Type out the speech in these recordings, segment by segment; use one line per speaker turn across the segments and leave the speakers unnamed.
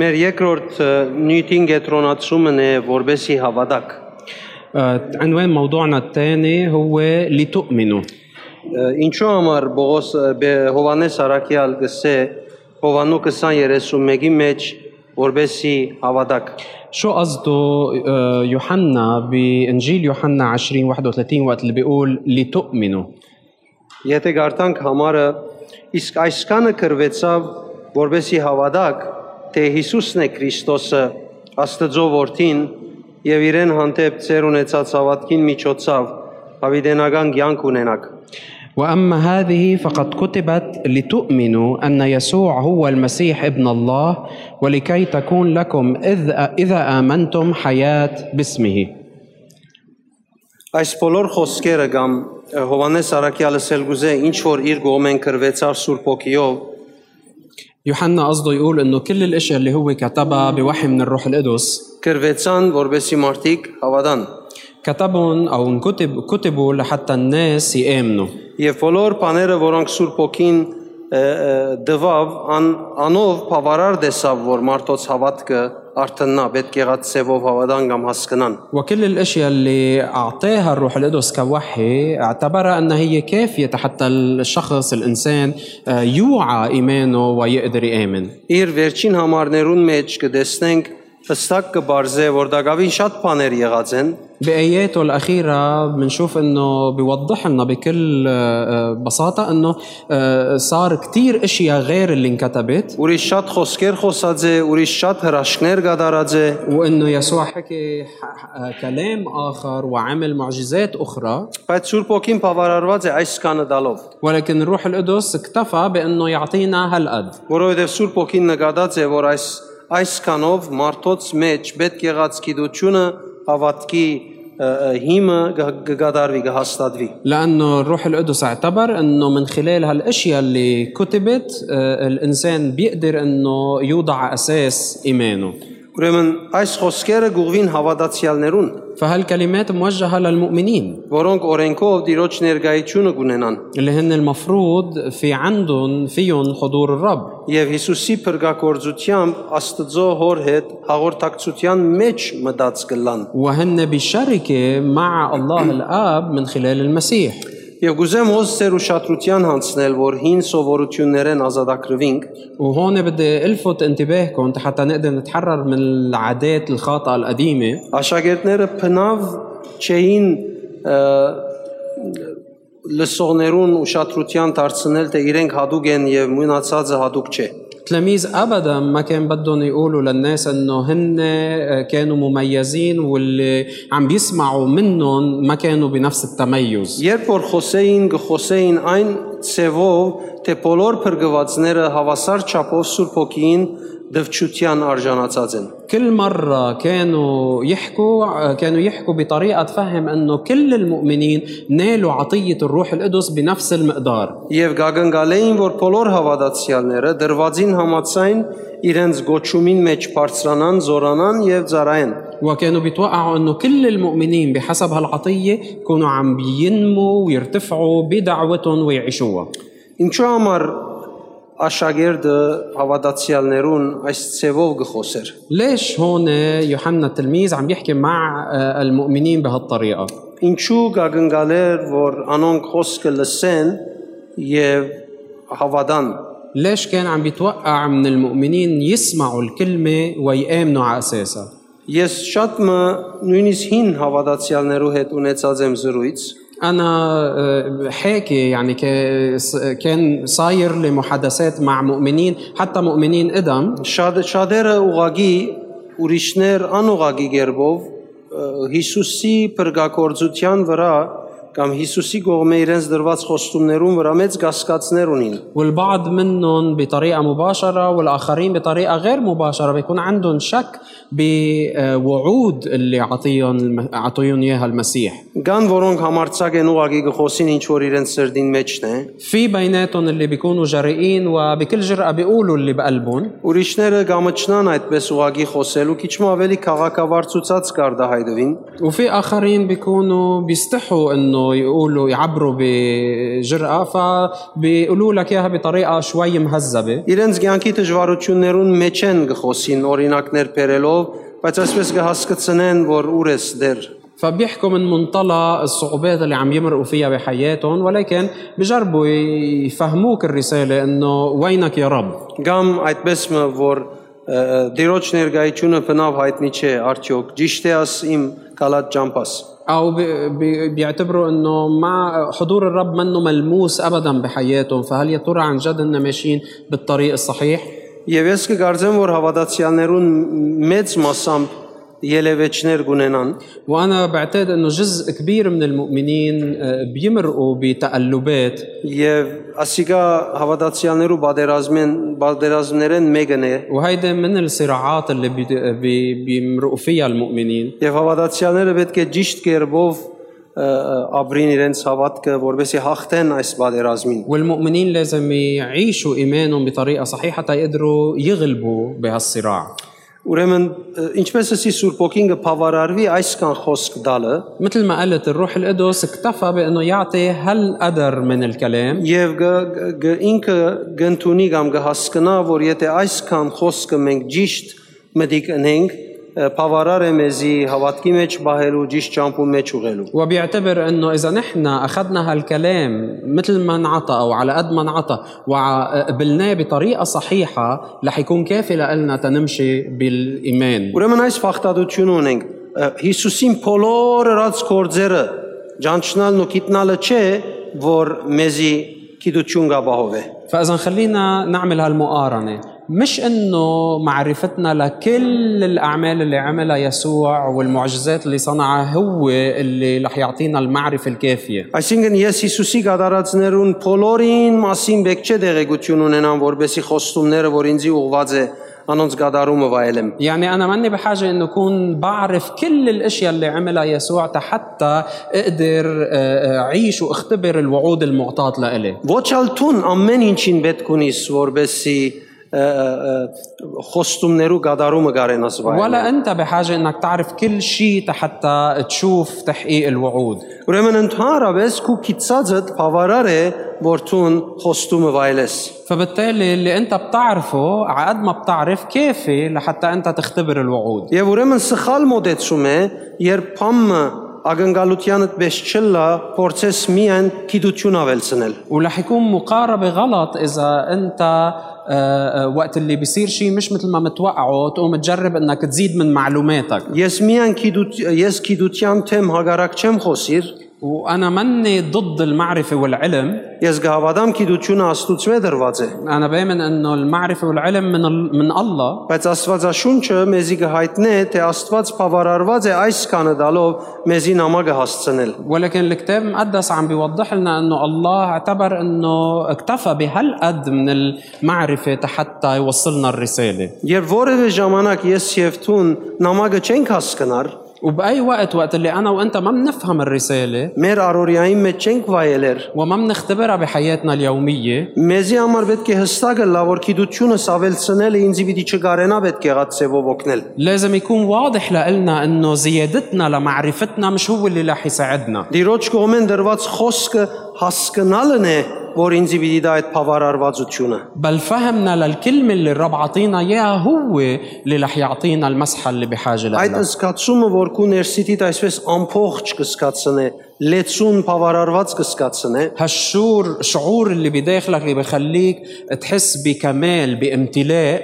Մեր երկրորդ ը, նյութին կետրոնացումն է որբեսի հավատակ։
آه، عنوان موضوعنا الثاني هو لتؤمنوا
Ը, Ինչու համար Բողոս ը, Բե- Հովանես Արաքյալ գսե Հովանու 20:31-ի մեջ որբեսի հավատակ։
شو قصده آه، يوحنا بانجيل يوحنا 20 31 وقت اللي بيقول لتؤمنوا
Եթե գարտանք համարը իսկ այսքանը կրվեցավ որբեսի հավատակ, թե Հիսուսն է Քրիստոսը Աստծո որդին եւ իրեն հանդեպ ծեր ունեցած հավատքին միջոցով հավիտենական կյանք ունենակ։
واما هذه فقد كتبت لتؤمنوا ان يسوع هو المسيح ابن الله ولكي تكون لكم اذ اذا امنتم حياه باسمه
Այս բոլոր խոսքերը կամ ը, Հովանես Արաքյալը Սելգուզե ինչ որ իր գոմեն կրվեցավ Սուրբ Օգիով,
يوحنا قصده يقول انه كل الاشياء اللي هو كتبها بوحي من الروح القدس
կրվեցան որբեսի մարդիկ հավատան։
كتبهم او انكتب كتبوا لحتى الناس يامنوا
Եվ բոլոր բաները, որոնք Սուրբ Օգին ը, ը, դվավ, ան, անով բավարար դեսավ, որ մարդոց հավատքը արտնա, պետք եղած ծևով հավատան կամ հասկանան։
وكل الاشياء اللي اعطاها الروح القدس كوحي اعتبرها انها هي كافيه حتى الشخص الانسان آه، يوعى ايمانه ويقدر يامن
Իր վերջին համարներուն մեջ կտեսնենք հստակ կբարձե, որ Դագավին շատ բաներ եղած են,
باياته الاخيره بنشوف انه بيوضح لنا بكل آه، آه، بساطه انه آه، صار كتير اشياء غير اللي انكتبت
ուրիշ շատ խոսքեր խոսած է, ուրիշ շատ հրաշքներ կատարած է,
وانه يسوع حكي ح- ح- آه، كلام اخر وعمل معجزات اخرى
Բայց Սուրբ Օքին բավարարված է այս կանը դալով,
ولكن الروح القدس اكتفى بانه يعطينا هالقد
որովհետև Սուրբ Օքին նկատած է, որ այս այս կանով մարդոց մեջ պետք եղած գիտությունը, հավատքի ը, ը, հիմը գդարվի, կհաստատվի։
لانه الروح القدس اعتبر انه من خلال هالاشياء اللي كتبت آه، الانسان بيقدر انه يوضع اساس ايمانه
Ուրեմն այս խոսքերը գուղվին հավատացյալներուն,
فهالكلمات موجهه للمؤمنين
որոնք օրենքով ծիրոջ ներգայությունը կունենան
اللي هن المفروض في عندهم فيهم حضور الرب
եւ Հիսուսի փրկակորձությամբ Աստծո հոր հետ հաղորդակցության մեջ մտած կլան։
وهن بشركه مع الله الاب من خلال المسيح
Եվ գուզեմ հոս ծեր ուշադրության հանցնել, որ հին սովորություններեն ազատագրվինք
وهون بدي الفت انتباهكم حتى نقدر نتحرر من العادات الخاطئه القديمه
Աշակերտները փնավ չէին ը, լսողներուն ուշադրության դարձնել, թե իրենք հadouk են եւ մնացածը հadouk չէ։
تلاميذ ابدا ما كان بدهم يقولوا للناس انه هن آه، كانوا مميزين واللي عم بيسمعوا منهم ما كانوا بنفس التميز
Երբ որ խոսեին, գխոսեին այն ցևով, թե բոլոր փրկվածները հավասար չափով Սուրբ Հոգին դվչության արժանացած են։
كل مرة كانوا يحكوا آه، كانوا يحكوا بطريقة تفهم انه كل المؤمنين نالوا عطية الروح القدس بنفس المقدار
Եվ գագնգալեին, որ բոլոր հավատացյալները դրվածին համացայն իրենց գոչումին մեջ բարձրանան, զորանան եւ ծառայեն։
وكانوا بيتوقعوا انه كل المؤمنين بحسب هالعطية كانوا عم بينموا ويرتفعوا بدعوتهم ويعيشوها
Ինչու համար աշակերտը հավատացյալներուն այս ցևով գխոսեր։
ليش هون يوحنا التلميذ عم يحكي مع آه، المؤمنين بهالطريقة؟
Ինչու գագնգալեր, որ անոնք խոսքը լսեն եւ հավատան։
ليش كان عم بيتوقع من المؤمنين يسمعوا الكلمة ويآمنوا على أساسها؟
Ես շատ մը նույնիսկ հին հավատացյալներու հետ ունեցած եմ զրույց,
أنا آه، حاكي يعني كا- س- كان صاير لي محادثات مع مؤمنين حتى مؤمنين قدم
շատ շատերը ուղագի ուրիշներ անուղագի ģերբով Հիսուսի բրգակորձության վրա կամ Հիսուսի գողմե իրենց դրված խոստումներուն վրա մեծ գասկածներ ունին։
والبعض منهم بطريقة مباشرة والآخرين بطريقة غير مباشرة بيكون عندهم شك بوعود اللي عطيهم الم- عطيهم إياها المسيح
Կան որոնք համարցակ են ուղակի գխոսին ինչ որ իրենց սրդին մեջն է։
في بيناتهم اللي بيكونوا جريئين وبكل جرأة بيقولوا اللي بقلبهم
Ուրիշները գամճնան այդպես ուղակի խոսելու, քիչմ ավելի քաղաքավարծուցած կարդահայտվին։
وفي اخرين بيكونوا بيستحوا انه انه يقولوا يعبروا بجرأة فبيقولوا لك اياها بطريقة شوي مهذبة
Իրենց ցանկի դժվարություններուն մեջ են գխոսին օրինակներ բերելով, բայց այսպես կհասկցնեն, որ ուր ես դեր։
فبيحكوا من منطلق الصعوبات اللي عم يمرقوا فيها بحياتهم ولكن بجربوا يفهموك الرسالة انه وينك يا رب
Գամ այդպես մը, որ ը, դիրոջ ներկայությունը բնավ հայտնի չէ արդյոք։ Ճիշտ է աս իմ գալած ճամփաս։
او بي- بي- بيعتبروا انه مع حضور الرب منه ملموس ابدا بحياتهم فهل يا ترى عن جد هن ماشيين بالطريق الصحيح
Եվ ես կգարձեմ, որ հավատացյալներուն մեծ մասամբ ելևեջներ կունենան,
وانا بعتقد انه جزء كبير من المؤمنين آه، بيمرقوا بتقلبات
եւ ասիկա հավատացյալներու բادرազմեն բادرազմներեն մեկն է։
وهيدا من الصراعات اللي بي- آه، بي- بيمرقوا فيها المؤمنين
Եվ հավատացյալները պետք է ճիշտ կերպով ը, ապրին իրենց հավատքը, որովհետեւ հաղթեն այս բادرազմին։
والمؤمنين لازم يعيشوا ايمانهم بطريقه صحيحه حتى يقدروا يغلبوا بهالصراع
Ուրեմն ը, ինչպես էսի Սուրբ Օքին կփավարարվի այսքան խոսք դալը,
مثل ما قلت الروح القدس اكتفى بانه يعطي هالقدر من الكلام
եւ գ- գ- գ- ինքը գընթունի կամ կհասկնա, որ եթե այսքան խոսքը մենք ճիշտ մտիկ ունենք, ը, փավարար է մեզի հավատքի մեջ բահելու, ճիշտ ճամփու մեջ ուղելու։
وبيعتبر انه اذا نحن اخذنا هالكلام مثل ما انعطى او على قد ما انعطى وقبلناه بطريقه صحيحه رح يكون كافي لنا تنمشي بالايمان
Ուրեմն այս ֆախտադությունը ունենք ը, Հիսուսին բոլոր ըրած գործերը ճանչնալն ու գիտնալը չէ, որ մեզի գիտություն գաբահով է։
فاذا خلينا نعمل هالمقارنه مش انه معرفتنا لكل الاعمال اللي عملها يسوع والمعجزات اللي صنعها هو اللي رح يعطينا المعرفه الكافيه
Այսինքն ես Հիսուսի գդարածներուն բոլորին մասին բեք չէ դեղեցություն ունենամ, որբեսի խոստումները, որ ինձի ուղված է, անոնց գդարումը վայելեմ։
يعني أنا ماني بحاجة إنه أكون بعرف كل الأشياء اللي عملها يسوع حتى أقدر آه، آه، أعيش وأختبر الوعود المعطاة لإلي
Ոչ ալթուն ամեն ինչին պետք ունիս, որբեսի ը, ը, ը, խոստումներու գդարումը գարենաս վայելեմ։
ولا أنت بحاجة إنك تعرف كل شيء حتى تشوف تحقيق الوعود
Ուրեմն ընդհանրապես քու քիծածդ բավարար է, որ ցուն խոստումը վայելես։
فبالتالي اللي أنت بتعرفه على قد ما بتعرف كافي لحتى أنت تختبر الوعود
Եվ ուրեմն սխալ մոտեցում է, երբ փամը ագնկալությանդ պես չլա, փորձես միայն քիդություն ավելցնել։
ورح يكون مقاربة غلط إذا أنت آه، آه، وقت اللي بيصير شيء مش مثل ما متوقعه تقوم تجرب انك تزيد من معلوماتك
Ես միայն քիդուց ես քիդության թեմ հագարակ չեմ խոսիր։
وانا مني ضد المعرفه والعلم
Ես գհավադամ քիդությունը աստուծո է դրված է։
انا بامن انه المعرفه والعلم من ال- من الله
Բայց Աստվածաշունչը մեզի կհայտնե, թե Աստված բավարարված է այս կանը դալով մեզի նամակը հասցնել։
ولكن الكتاب المقدس عم بيوضح لنا انه الله اعتبر انه اكتفى بهالقد من المعرفه حتى يوصلنا الرساله
Երբ որևէ ժամանակ ես եւ ցուն նամակը չենք հասկանար,
وباي وقت وقت اللي انا وانت ما بنفهم الرساله
մեր առօրյայի մեջ չենք վայելեր,
وما بنختبرها بحياتنا اليوميه
մեզի համար պետք է հստակը լավ որ գիտությունս ավելցնելը ինձ պիտի չգարենա պետք եղած ծևով օգնել։
لازم يكون واضح لنا انه زيادتنا لمعرفتنا مش هو اللي رح يساعدنا
Դիրոջ կողմեն դրված խոսքը հասկանալն է, որ ինձ պիտի դա այդ բավարարվածությունը։
بل فهمنا للكلمة اللي الرب عطينا إياها هو اللي رح يعطينا المسحة اللي بحاجة
Այդ
لها
զգացումը, որ քու ներսիտիդ այսպես ամփոխ կսկացնե, լեցուն բավարարված կսկացնե,
هالشعور شعور اللي بداخلك اللي بخليك تحس بكمال بامتلاء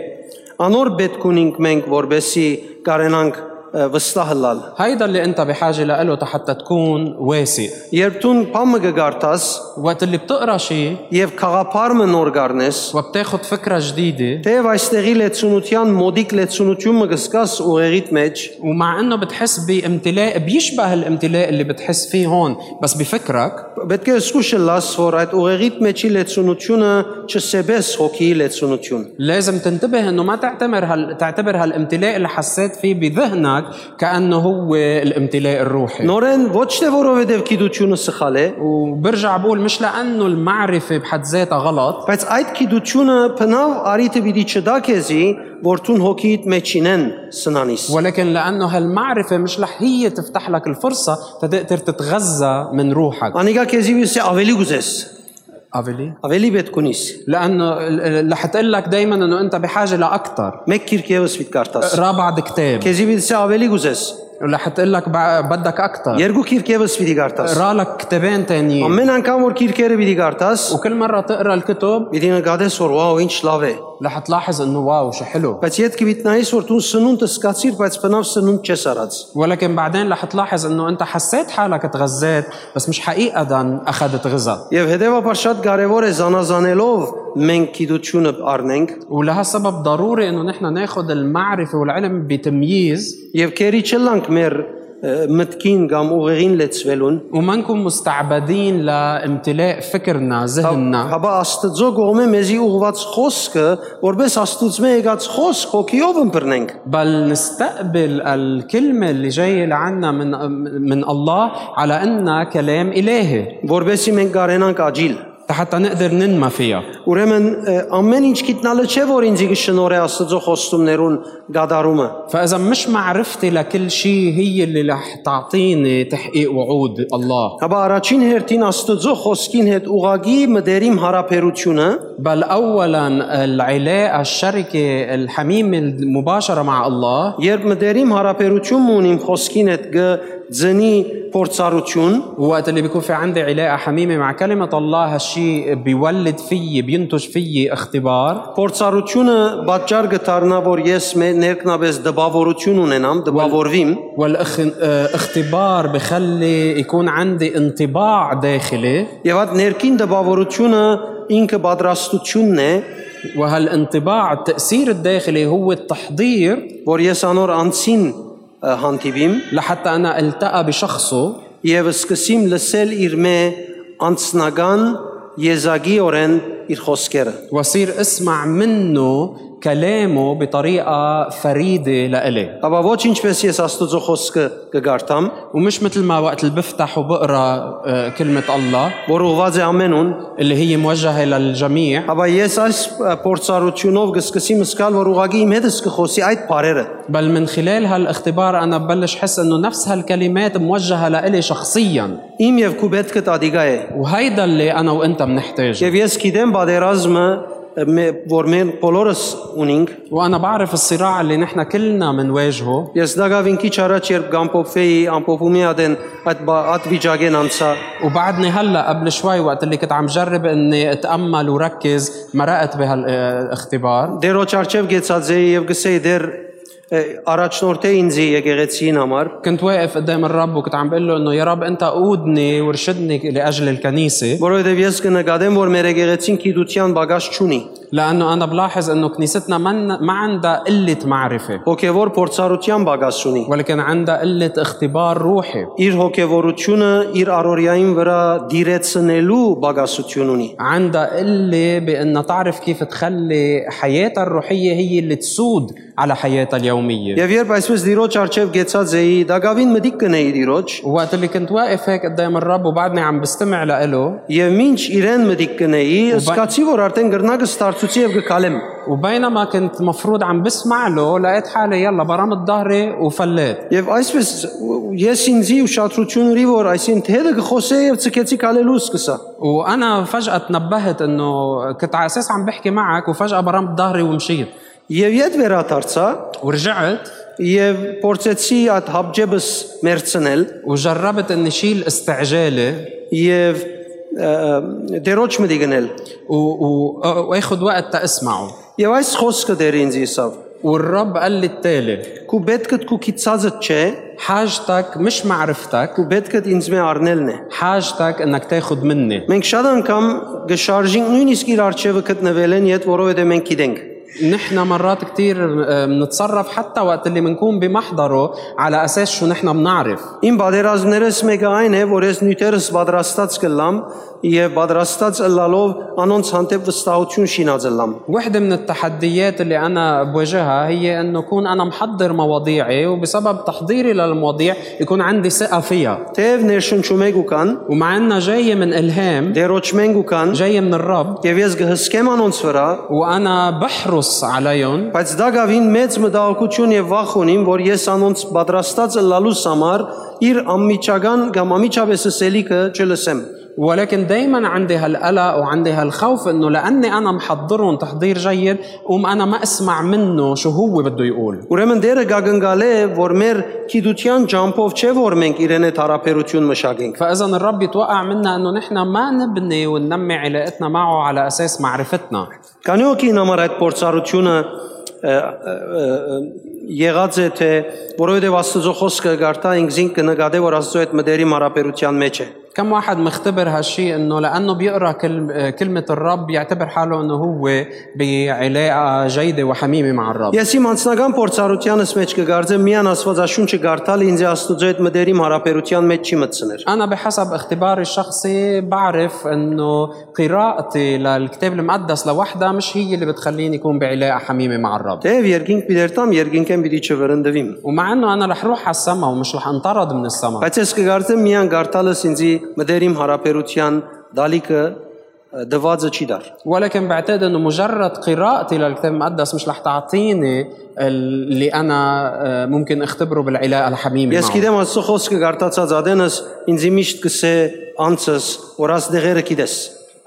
անոր պետք ունենք մենք, որբեսի կարենանք ը, վստահ լալ։
هيدا اللي انت بحاجة له حتى تكون واثق
Երբ ցուն փամը գարտաս
وقت اللي بتقرا شيء
եւ խաղապարմը նոր գառնես,
وبتاخد فكرة جديدة
Թեև այստեղի լեցունության մոդիկ լեցունությունը կսկաս ուղեղիդ մեջ,
ومع انه بتحس بامتلاء بيشبه الامتلاء اللي بتحس فيه هون بس بفكرك
պետք է զգուշը լաս, որ այդ ուղեղիդ մեջի լեցունությունը չսեբես հոգիի լեցունություն։
لازم تنتبه انه ما تعتبر هال... تعتبر هالامتلاء اللي حسيت فيه بذهنك هناك كانه هو الامتلاء الروحي
Նորեն ոչ թե որովհետև գիտությունը սխալ է,
وبرجع بقول مش لانه المعرفه بحد ذاتها غلط
բայց այդ գիտությունը փնավ արիտը պիտի չդա քեզի, որ ցուն հոգիդ մեջինեն սնանիս։
ولكن لانه هالمعرفه مش رح هي تفتح لك الفرصه تقدر تتغذى من روحك
Անիկա քեզի վիսի ավելի գուզես,
افلي
ավելի պետք ունիս։
لانه رح تقول لك دائما انه انت بحاجه لاكثر
Մեկ քիրք եւս պիտի կարդաս։
رابع كتاب
Քեզի վիսի ավելի գուզես,
رح تقول لك بع- بدك اكثر
երկու քիրք եւս պիտի կարդաս։
رالك كتابين ثانيين
Ամեն անգամ որ քիրքերը պիտի կարդաս,
وكل مرة تقرا الكتب
պիտի նկատես, որ վաու ինչ լավ է։
رح تلاحظ انه واو شو حلو
Բայց եթե գիտնայիս որ դու սնունդը սկացիր, բայց բնավ սնունդ չես արած։
ولكن بعدين رح تلاحظ انه انت حسيت حالك تغذيت بس مش حقيقة اخذت غذاء
Եվ հետևաբար շատ կարևոր է զանազանելով մենք գիտությունը առնենք
ولهالسبب ضروري انه نحن ناخذ المعرفة والعلم بتمييز
եւ քերի չլանք մեր ը, մտքին կամ ուղեղին լեցվելուն։
وما نكون مستعبدين لامتلاء فكرنا ذهننا
Հաբա Հա, Աստծո գողմե մեզի ուղված խոսքը, որպես Աստուծմե եկած խոսք հոգիով ընբռնենք։
بل نستقبل الكلمة اللي جاية لعنا من من الله على انها كلام الهي
Որբեսի մենք կարենանք աճիլ։
حتى نقدر ننمى فيها
Ուրեմն ը, ամեն ինչ գիտնալը չէ, որ ինձ գշնորե Աստծո խոստումներուն գադարումը։
فإذا مش معرفتي لكل شيء هي اللي رح تعطيني تحقيق وعود الله،
Հաբա առաջին հերթին Աստծո խոսքին հետ ուղագի մտերիմ հարաբերությունը
بل أولاً العلاقة الشركة الحميمة المباشرة مع الله
Երբ մտերիմ հարաբերություն ունիմ խոսքին այդ գ ձնի փորձառություն,
وقت اللي بيكون في عندي علاقة حميمة مع كلمة الله هالشيء بيولد فيي بينتج فيي اختبار
փորձառությունը պատճառ կդառնա, որ ես մե- ներքնաբես դպավորություն ունենամ, դպավորվիմ,
والاختبار آه، بخلي يكون عندي انطباع داخلي
եւ այդ ներքին դպավորությունը ինքը պատրաստությունն է,
وهالانطباع التأثير الداخلي هو التحضير
որ ես անոր անցին ը, հանդիպիմ
لحتى أنا التقى بشخصه
եւ սկսիմ լսել իր մե անձնական եզակի օրեն իր խոսքերը։
واصير اسمع منه كلامه بطريقه فريده لإلي
Հաբա ոչ ինչպես ես Աստծո խոսքը կգարտամ,
ومش مثل ما وقت اللي بفتح وبقرا آه، كلمه الله
որ ուղված է ամենուն,
اللي هي موجهه للجميع
Հաբա ես այս ա, փորձառությունով կսկսեմ սկալ, որ ուղագի իմ հետս կխոսի այդ բարերը։
بل من خلال هالاختبار انا ببلش حس انه نفس هالكلمات موجهه لإلي شخصيا
Իմ եւ քու պետքը տադիգա է։
وهيدا اللي انا وانت بنحتاجه
Եվ ես գիտեմ բادرազմը, որ մենք բոլորս ունենք։
وانا بعرف الصراع اللي نحن كلنا بنواجهه
Ես դակավ ինքիչ առաջ երբ գամփոփեի, ամփոփումի ադեն այդ բա- այդ վիճակեն անցա։
وبعدني هلا قبل شوي وقت اللي كنت عم جرب اني اتامل وركز مرقت بهالاختبار
Դերոջ արջև գեցած էի եւ գսեի դեր ը, առաջնորդ է ինձի եկեղեցին համար։
كنت واقف قدام الرب وكنت عم بقول له انه يا رب انت قودني وارشدني لاجل الكنيسه
Որովհետև ես կնկատեմ, որ մեր եկեղեցին գիտության բագաժ չունի։
لانه انا بلاحظ انه كنيستنا من ما عندها قله معرفه
Հոգևոր փորձառության բագաժ ունի։
ولكن عندها قله اختبار روحي
իր հոգևորությունը իր առօրյային վրա դիրեցնելու բագասություն ունի։
عندها قله بانها تعرف كيف تخلي حياتها الروحيه هي اللي تسود على حياتها اليوميه
Եվ երբ այսպես ծիրոջ արչև գեցած էի, դակավին մտիկ կնեի ծիրոջ,
وقت اللي كنت واقف هيك قدام الرب وبعدني عم بستمع له
եւ ինչ իրեն մտիկ կնեի, սկացի որ արդեն գրնակը ստարծուցի եւ գկալեմ։
وبينما كنت مفروض عم بسمع له لقيت حالي يلا برمت ظهري وفليت
Եվ այսպես ու- ես ինձի ուշադրություն ունի, որ այսինքն հետը կխոսեի եւ ցկեցի կալելու սկսա։
وانا فجاه تنبهت انه كنت على اساس عم بحكي معك وفجاه برمت ظهري ومشيت
Եվ իդ վերադարձա
ورجعت
եւ փորձեցի այդ հապջեբս մերցնել
وجربت اني شيل استعجالي
եւ ը, դերոջ մտիկ գնել։
و... و... واخذ وقت تاسمعه
Եվ այս խոսքը դեր ինձ իսավ։
والرب قال لي التالي
Քու պետքդ քու քիծածը չէ,
حاجتك مش معرفتك
քու պետքդ ինձ մե առնելն է։
حاجتك انك تاخذ مني
Մենք շատ անգամ գշարժինք նույնիսկ իր արջևը գտնվել են, իդ որովհետև մենք գիտենք։
نحن مرات كثير بنتصرف حتى وقت اللي بنكون بمحضره على اساس شو نحن بنعرف
Իմ բادرազներս մեկը այն է, որ ես նյութերս պատրաստած կլամ եւ պատրաստած ըլլալով անոնց հանդեպ վստահություն շինած ըլլամ։
وحدة من التحديات اللي أنا بواجهها هي أنه أكون أنا محضر مواضيعي وبسبب تحضيري للمواضيع يكون عندي ثقة فيها
Թեև ներշնչում եք ու կան,
ومع أنها جاية من إلهام
դերոճմենք ու կան,
جاية من الرب
եւ ես կհսկեմ անոնց վրա,
وأنا بحرص عليهم
բայց դա գավին մեծ մտահոգություն եւ վախ ունիմ, որ ես անոնց պատրաստած ըլլալու համար իր անմիջական կամ ամիջապես սելիկը չլսեմ։
ولكن دايما عندي هالقلق وعندي هالخوف انه لاني انا محضرهم تحضير جيد قوم انا ما اسمع منه شو هو بده يقول
Ուրեմն դերը գագնգալ է, որ մեր քիդության ջամփով չէ որ մենք իրեն այդ հարաբերություն մշակենք։
فاذا الرب يتوقع منا انه نحن ما نبني وننمي علاقتنا معه على اساس معرفتنا
Կանի օքին համար այդ փորձառությունը ը, ը, ը, եղած է թե որովհետև Աստծո խոսքը գարտա ինքզին կնկատե որ Աստծո այդ մտերիմ հարաբերության մեջ է։
كم واحد مختبر هالشيء انه لانه بيقرا كل- آه، كلمه الرب يعتبر حاله انه هو بعلاقه جيده وحميمه مع الرب
Ես իմ անձնական փորձառությանս մեջ կգարձեմ միան Աստվածաշունչը գարտալ ինձ Աստծո այդ մտերիմ հարաբերության մեջ չի մտցներ։
انا بحسب اختباري الشخصي بعرف انه قراءتي للكتاب المقدس لوحدها مش هي اللي بتخليني اكون بعلاقه حميمه مع الرب
Դեև երկինք պիտի երտամ, երկինքեն պիտի չվրընդվիմ։
ومع انه انا رح روح على السما ومش رح انطرد من السما
Բայց ես կգարձեմ միան գարտալս ինձի մտերիմ հարաբերության դալիքը ը, դվածը չի դար։
ولكن بعتقد انه مجرد قراءتي للكتاب المقدس مش رح تعطيني اللي انا آه، ممكن اختبره بالعلاقه الحميمه
Ես
معه.
գիտեմ Աստծո խոսքը գարտացած ադենս ինձ միշտ կսե անցս, որ աս դեղերը գիտես։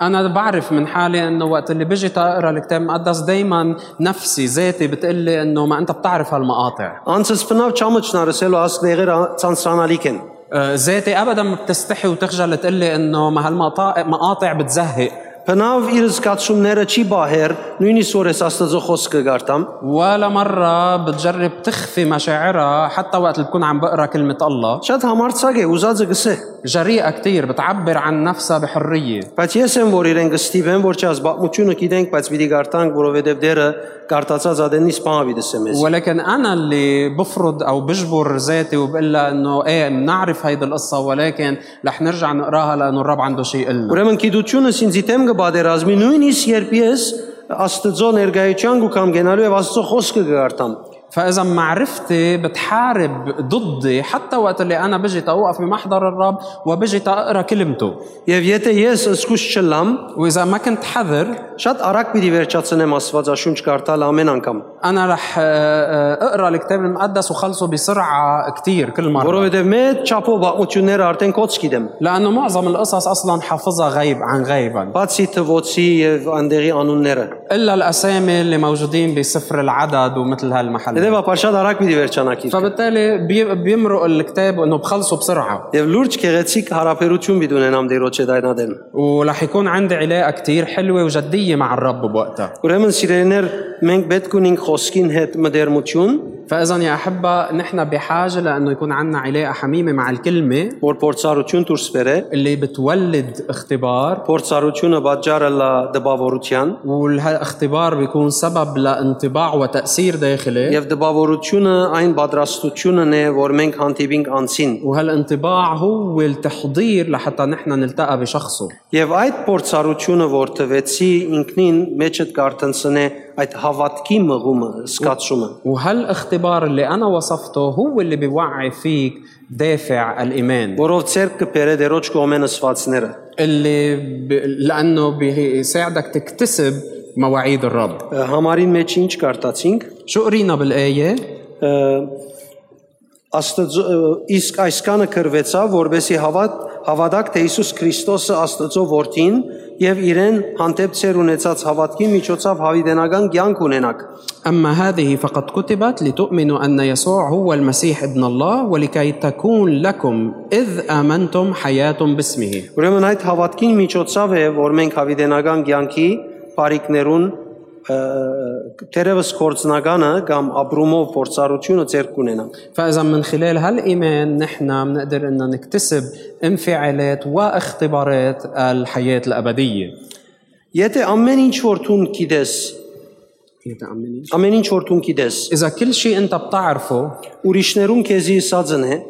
أنا بعرف من حالي إنه وقت اللي بجي تقرا الكتاب المقدس دايما نفسي ذاتي بتقلي إنه ما أنت بتعرف هالمقاطع،
Անցս փնավ չամճնարսելու աս դեղերը ցանցանալիք են։
آه، ذاتي أبدا ما بتستحي وتخجل تقلي إنه ما هالمقاطع مقاطع بتزهق،
Փնավ իր զգացումները չի բահեր, նույնիսկ որ ես Աստծո խոսքը գարտամ։
ولا مرة بتجرب تخفي مشاعرها حتى وقت اللي بكون عم بقرا كلمة الله،
Շատ համարցակ է, ուզածը գսե։
جريئة كتير بتعبر عن نفسها بحرية،
Բայց ես եմ որ իրեն գստիվեմ, որ չաս բացմունքը գիտենք, բայց պիտի գարտանք, որովհետև դերը գարտացած ադենի սպանավի դսեմ ես։
ولكن أنا اللي بفرض أو بجبر ذاتي وبقول لها إنه إيه بنعرف هيدي القصة ولكن رح نرجع نقراها لأنه الرب عنده شيء يقول
Ուրեմն գիտությունս ինձ դեմ կբادرազմի, նույնիսկ երբ ես Աստծո ներկայության գուքամ գնալու եւ Աստծո խոսքը գարտամ։
فاذا معرفتي بتحارب ضدي حتى وقت اللي انا بجي توقف بمحضر الرب وبجي تقرا كلمته
Եվ եթե ես սկսուս չլամ,
واذا ما كنت حذر
շատ արագ պիտի վերջացնեմ Աստվածաշունչ կարդալ ամեն անգամ,
انا رح آه، آه، اقرا الكتاب المقدس وخلصه بسرعه كتير كل مره
որովհետև մեծ չափով բացությունները արդեն կոչ գիտեմ։
لانه معظم القصص اصلا حافظها غيب عن غيبا
Բացի թվոցի եւ անդերի անունները։
الا الاسامي اللي موجودين بسفر العدد ومثل هالمحل
Հետևաբար շատ արագ պիտի վերջանակի։
فبالتالي بي- بيمرق الكتاب انه بخلصه بسرعه
Եվ լուրջ գեղեցիկ հարաբերություն պիտի ունենամ դե Տերոջ հետ այն ադեն։
ورح يكون عندي علاقه كتير حلوه وجديه مع الرب بوقتها
Ուրեմն սիրելիներ, մենք պետք ունենք խոսքին հետ մդերմություն,
فاذا يا احبه نحن بحاجه لانه يكون عندنا علاقه حميمه مع الكلمه
որ փորձառություն դուրս բերե,
اللي بتولد اختبار
Փորձառությունը պատճառը լա դպավորության
وهالاختبار بيكون سبب لانطباع وتاثير داخلي
եւ դպավորությունը այն պատրաստությունն է, որ մենք հանդիպենք անցին։
وهالانطباع هو التحضير لحتى نحن نلتقى بشخصه
Եվ այդ փորձառությունը, որ տվեցի ինքնին մեջդ կարտնցնե այդ հավատքի մղումը, սկացումը։
وهالاختبار اللي انا وصفته هو اللي بيوعي فيك دافع الايمان
որով ցերկ կբերե դե դերոջ կողմեն սվածները։
اللي ب... لانه بيساعدك تكتسب مواعيد الرب
Ը, Համարին մեջ ինչ կարտացինք։
شو قرينا بالايه
Ը, Աստծո ը, իսկ այս կանը կրվեցավ, որբեսի հավատ հավատակ թե Հիսուս Քրիստոսը Աստծո որդին եւ իրեն հանդեպ ծեր ունեցած հավատքի միջոցով հավիտենական կյանք ունենակ։
أما هذه فقد كتبت لتؤمنوا أن يسوع هو المسيح ابن الله ولكي تكون لكم إذ آمنتم حياة باسمه
Ուրեմն այդ հավատքին միջոցով է, որ մենք հավիտենական կյանքի բարիկներուն ը, դերևս կորցնականը կամ ապրումով փորձառությունը ձեռք ունենանք։
فإذا من خلال هالإيمان نحن بنقدر أن نكتسب انفعالات واختبارات الحياة الأبدية
Եթե ամեն ինչ որ ցուն գիտես,
يدع عن إيش
Ամեն ինչ որ դու գիտես,
إذا كل شيء أنت بتعرفه
ուրիշներուն քեզի ըսածն է,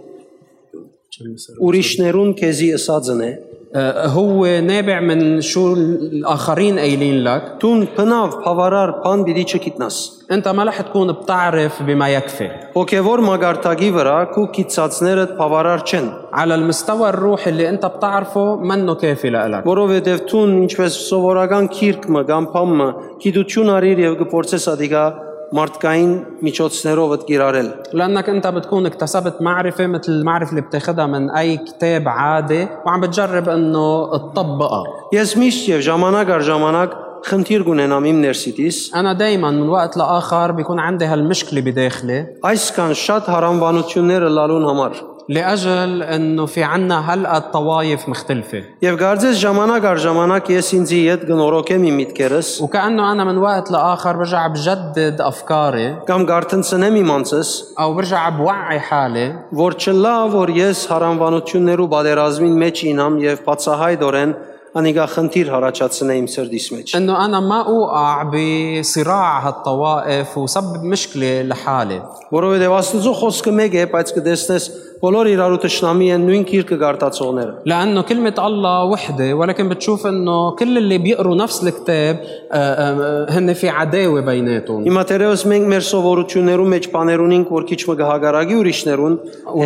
ուրիշներուն քեզի ըսածն է։
آه، هو نابع من شو الآخرين قايلين لك
Դու բնավ բավարար բան պիտի չգիտնաս։
أنت ما رح تكون بتعرف بما يكفي
Հոգևոր մագարտակի վրա քու կիցածները բավարար չեն,
على المستوى الروحي اللي أنت بتعرفه منه كافي لإلك
որովհետև դու ինչպես սովորական քիրքը կամ փամը գիտություն արիր եւ գործես ադիգա մարդկային միջոցներով ըդ գիրարել։
لأنك أنت بتكون اكتسبت معرفة مثل المعرفة اللي بتاخدها من أي كتاب عادي وعم بتجرب إنه تطبقها
Ես միշտ եւ ժամանակ առ ժամանակ խնդիր կունենամ իմ ներսիտիս,
أنا دايما من وقت لآخر بيكون عندي هالمشكلة بداخلي
այս կան շատ հարամվանությունները լալուն համար։
لأجل إنه في عنا هلقد طوايف مختلفة
Եվ գարձես ժամանակ առ ժամանակ ես ինձի հետ գնորոքեմ իմ միտքերս
وكأنه أنا من وقت لآخر برجع بجدد أفكاري
կամ գարտնցնեմ իմ անձս,
او برجع بوعي حالي
որ չլա որ ես հարամվանություններու բادرազմին մեջ ինամ եւ բացահայտորեն անիգա խնդիր հարաճացնե իմ սրտիս մեջ։
انه انا ما اوقع بصراع هالطوائف وسبب مشكله لحالي
Որովհետեւ Աստծո խոսքը մեկ է, բայց կտեսնես բոլոր իրարու ճշնամի են նույն քիրքը գարտացողները։
لانه كلمه الله وحده ولكن بتشوف انه كل اللي بيقروا نفس الكتاب آه، آه، هن في عداوه بيناتهم
Հիմա դերևս մենք մեր սովորություններում մեջ բաներ ունենք, որ քիչ մը գահագարագի ուրիշներուն,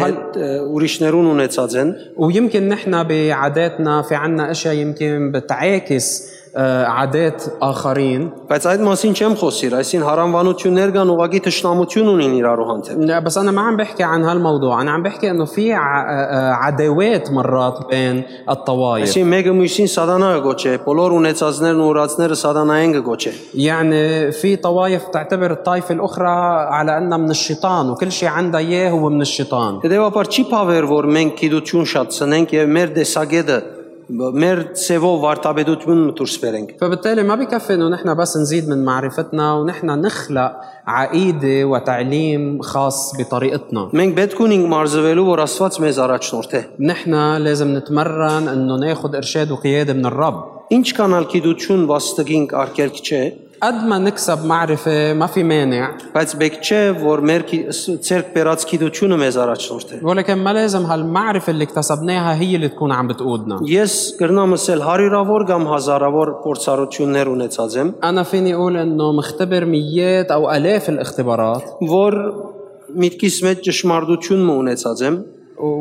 հետ ը, ուրիշներուն ունեցած են,
ويمكن نحن بعاداتنا في عنا اشياء يمكن بتعاكس آه، عادات اخرين
բայց այդ մասին չեմ խոսիր, այսին հարանվանություններ կան ուղակի թշնամություն ունին իրարու հանդեպ։
لا، بس انا ما عم بحكي عن هالموضوع انا عم بحكي انه في ع- آه، آه، عداوات مرات بين الطوائف
Այսին մեկը մյուսին սատանա գոչե, բոլոր ունեցածներն ու ուրացները սատանային գոչե։
يعني في طوائف تعتبر الطائفة الأخرى على أنها من الشيطان وكل شيء عندها إياه هو من الشيطان
Հետևաբար չի փավեր, որ մենք գիտություն շատցնենք եւ մեր դեսագետը բ- մեր ցևով վարտաբեդություն մտուրս բերենք։
فبالتالي ما بكفي انه نحن بس نزيد من معرفتنا ونحن نخلق عقيده وتعليم خاص بطريقتنا
Մենք պետք ունենք մարզվելու, որ Աստված մեզ առաջնորդ է։
نحن لازم نتمرن انه ناخذ ارشاد وقياده من الرب
Ինչ կանալ գիտություն վաստակին արկելք չէ,
قد ما نكسب معرفه ما في مانع
բայց մեկ չէ որ մեր կի- ս- ցերկ բերած գիտությունը մեզ առաջնորդ է
ولكن ما لازم هالمعرفه اللي اكتسبناها هي اللي تكون عم بتقودنا
ես կրնամսել հարյուրավոր կամ հազարավոր փորձառություններ ունեցած եմ
انا فيني اقول انه مختبر ميات او الاف الاختبارات
որ միտքիս մեջ ճշմարտությունն ունեցած եմ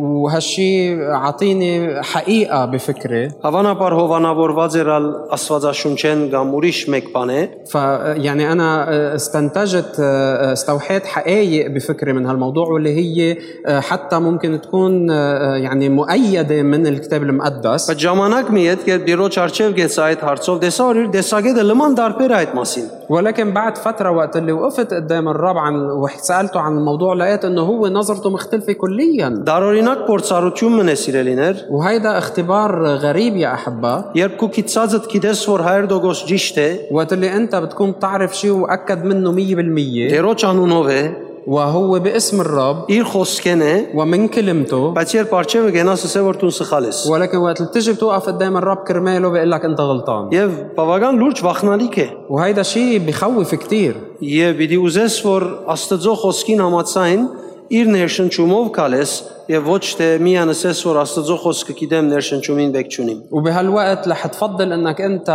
وهالشي عطيني حقيقة بفكري
հավանաբար հովանավորված էր ալ աստվածաշունչեն կամ ուրիշ մեկ բան է
فيعني يعني أنا استنتجت استوحيت حقائق بفكري من هالموضوع واللي هي حتى ممكن تكون يعني مؤيدة من الكتاب المقدس
բայց ժամանակ մի հետ երբ դիրոջ արչև գեցա այդ հարցով «Դե տեսա որ իր դեսագետը լման դարբեր է այդ մասին
ولكن بعد فترة وقت اللي وقفت قدام الرب عن وسألته عن الموضوع لقيت إنه هو نظرته مختلفة كليا
դարօրինակ փորձառություն մնես իրենիներ
وهيدا اختبار غريب يا أحبة
երբ քու քիծածդ գիտես որ 100% ճիշտ է
وقت اللي أنت بتكون بتعرف شيء وأكد منه مية بالمية
դերոջ անունով է
وهو باسم الرب
իր խոսքեն է
ومن كلمته
բայց երբ արջևը գնաս ասե որ դու սխալ ես
ولكن وقت اللي بتجي بتوقف قدام الرب كرماله بيقول لك انت غلطان
եւ բավական լուրջ վախնալիք է
وهيدا شيء بخوف كثير
եւ պիտի ուզես որ աստծո խոսքին համաձայն իր ներշնչումով գալես եւ ոչ թե միանսես որ աստծո խոսքը գիտեմ ներշնչումին բեք չունիմ
وبهالوقت رح تفضل انك انت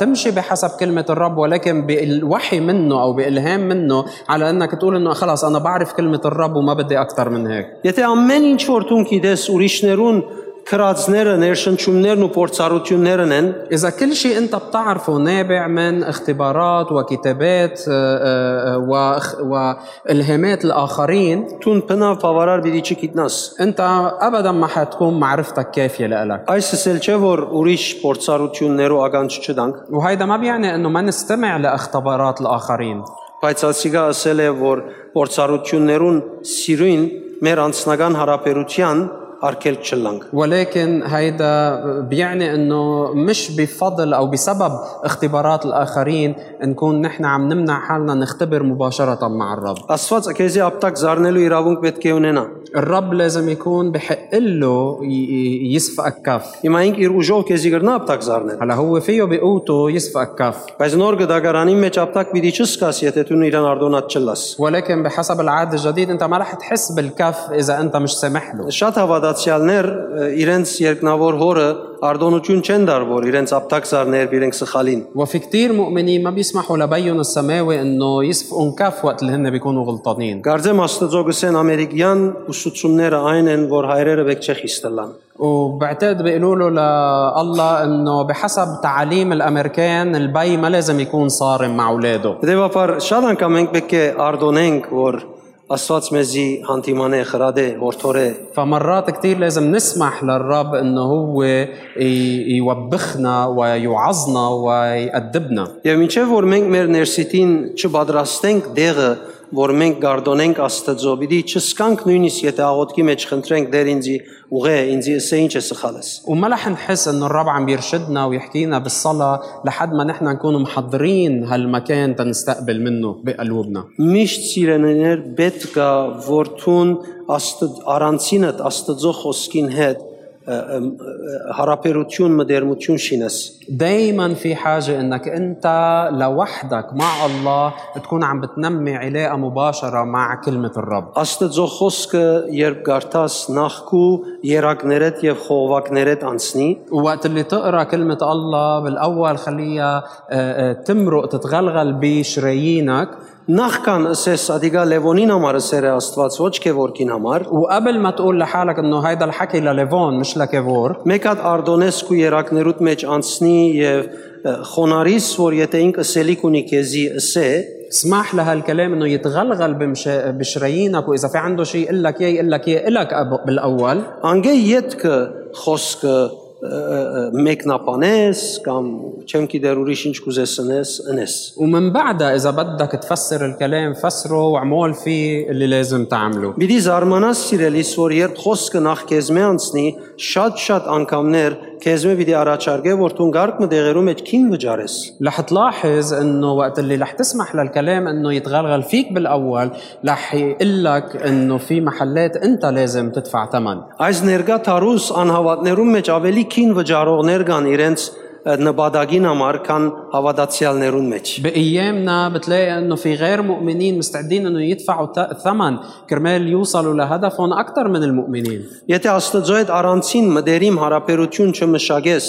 تمشي بحسب كلمه الرب ولكن بالوحي منه او بالهام منه على انك تقول انه خلص انا بعرف كلمه الرب وما بدي اكثر من هيك
եթե ամեն ինչ որ դու գիտես ուրիշներուն քրածները ներշնչումներն ու փորձառություններն են
إذا كل شيء أنت بتعرفه نابع من اختبارات وكتابات آه، آه، وإخ- وإلهامات الآخرين
դու բնավ բավարար պիտի չգիտնաս
أنت أبدا ما حتكون معرفتك كافية لإلك
այսս էլ չէ որ ուրիշ փորձառություններով ականջ չդանք
وهيدا ما بيعني انه ما نستمع لاختبارات الاخرين
Բայց ասիկա ասել է, որ փորձառություններուն սիրույն մեր անձնական հարաբերության արգելք չլանք։
ولكن هيدا بيعني انه مش بفضل او بسبب اختبارات الاخرين نكون نحن عم نمنع حالنا نختبر مباشره مع الرب
Աստված քեզի ապտակ զառնելու իրավունք պետք է ունենա։
الرب لازم يكون بحق له ي- ي- يسفقك كف
Հիմա ինք իր ուժով քեզի գրնա ապտակ զառնել։
هلا هو فيه بقوته يسفقك كف
Բայց նոր գդագարանի մեջ ապտակ պիտի չսկաս, եթե դու իրան արդոնat չլաս։
ولكن بحسب العهد الجديد انت ما رح تحس بالكف اذا انت مش سامح له
Շատ հավատացյալներ ը, իրենց երկնավոր հորը արդոնություն չեն դարվոր, իրենց ապտակ զառներ իրենք սխալին։
وفي كثير مؤمنين ما بيسمحوا لبيهم السماوي انه يسفقون كف وقت اللي هن بيكونوا غلطانين
Գարձեմ Աստծո գսեն ամերիկյան ուսուցումները այն են, որ հայրերը բեք չէ խիստլան։
وبعتقد بيقولوا له لله انه بحسب تعاليم الامريكان البي ما لازم يكون صارم مع اولاده
Դեպաբար Դե շատ անգամ ենք պետք է արդոնենք, որ Աստված մեզի հանդիմանե, խրադե, հորթորե։
فمرات كثير لازم نسمح للرب انه هو ي- يوبخنا ويوعظنا ويأدبنا
Եվ ինչեւ որ մենք մեր ներսիտին չբադրաստենք դեղը, որ մենք գարդոնենք Աստծո, պիտի չսկանք նույնիսկ եթե աղոտքի մեջ խնդրենք դեր ինձի ուղե, ինձի էսե ինչ է սխալս։
وما رح نحس انه الرب عم بيرشدنا ويحكينا بالصلاه لحد ما نحن نكون محضرين هالمكان تنستقبل منه بقلوبنا
Միշտ սիրելիներ պետք է որդուն աստդ առանցինդ Աստծո խոսքին հետ ը, ը, ը, հարաբերություն մդերմություն շինես։
دايما في حاجة انك انت لوحدك مع الله تكون عم بتنمي علاقة مباشرة مع كلمة الرب
Աստծո խոսքը երբ գարտաս նախքու երակներդ եւ խողովակներդ անցնի,
ووقت اللي تقرا كلمة الله بالاول خليها آه، آه، تمرق تتغلغل بشرايينك
նախքան ասես ադիգա Լևոնին համար ասեր է Աստված ոչ թե որքին համար,
وقبل ما تقول لحالك انه هيدا الحكي لليفون مش لكيفور
մեկ հատ արդոնես քու երակներուդ մեջ անցնի եւ ը, խոնարիս որ եթե ինքը սելիկ ունի քեզի ասե,
اسمح لهالكلام انه يتغلغل بمش... بشرايينك واذا في عنده شيء يقول لك اياه يقول لك اياه الك أب- بالاول
Անգե յետքը խոսքը ը, ը, ը, մեկնաբանես կամ չեմ գիտեր ուրիշ ինչ կուզես ընես, ընես։
ومن بعدها اذا بدك تفسر الكلام فسره وعمول فيه اللي لازم تعمله
Բիդի զարմանաս սիրելիս, որ երբ խոսքը նախ քեզ մե անցնի, շատ-շատ անգամներ քեզ մե պիտի առաջարկե, որ դու գարկ մտեղերու մեջ քին վճարես։
رح تلاحظ انه وقت اللي رح تسمح للكلام انه يتغلغل فيك بالاول رح يقول لك انه في محلات انت لازم تدفع ثمن
Այս ներկա թարուս անհավատներու մեջ ավելի քին վճարողներ կան իրենց ը, նպատակին համար, քան հավատացյալներուն մեջ։
بايامنا بتلاقي انه في غير مؤمنين مستعدين انه يدفعوا ت- ثمن كرمال يوصلوا لهدفهم اكثر من المؤمنين
Եթե Աստծո հետ առանցին մտերիմ հարաբերություն չմշակես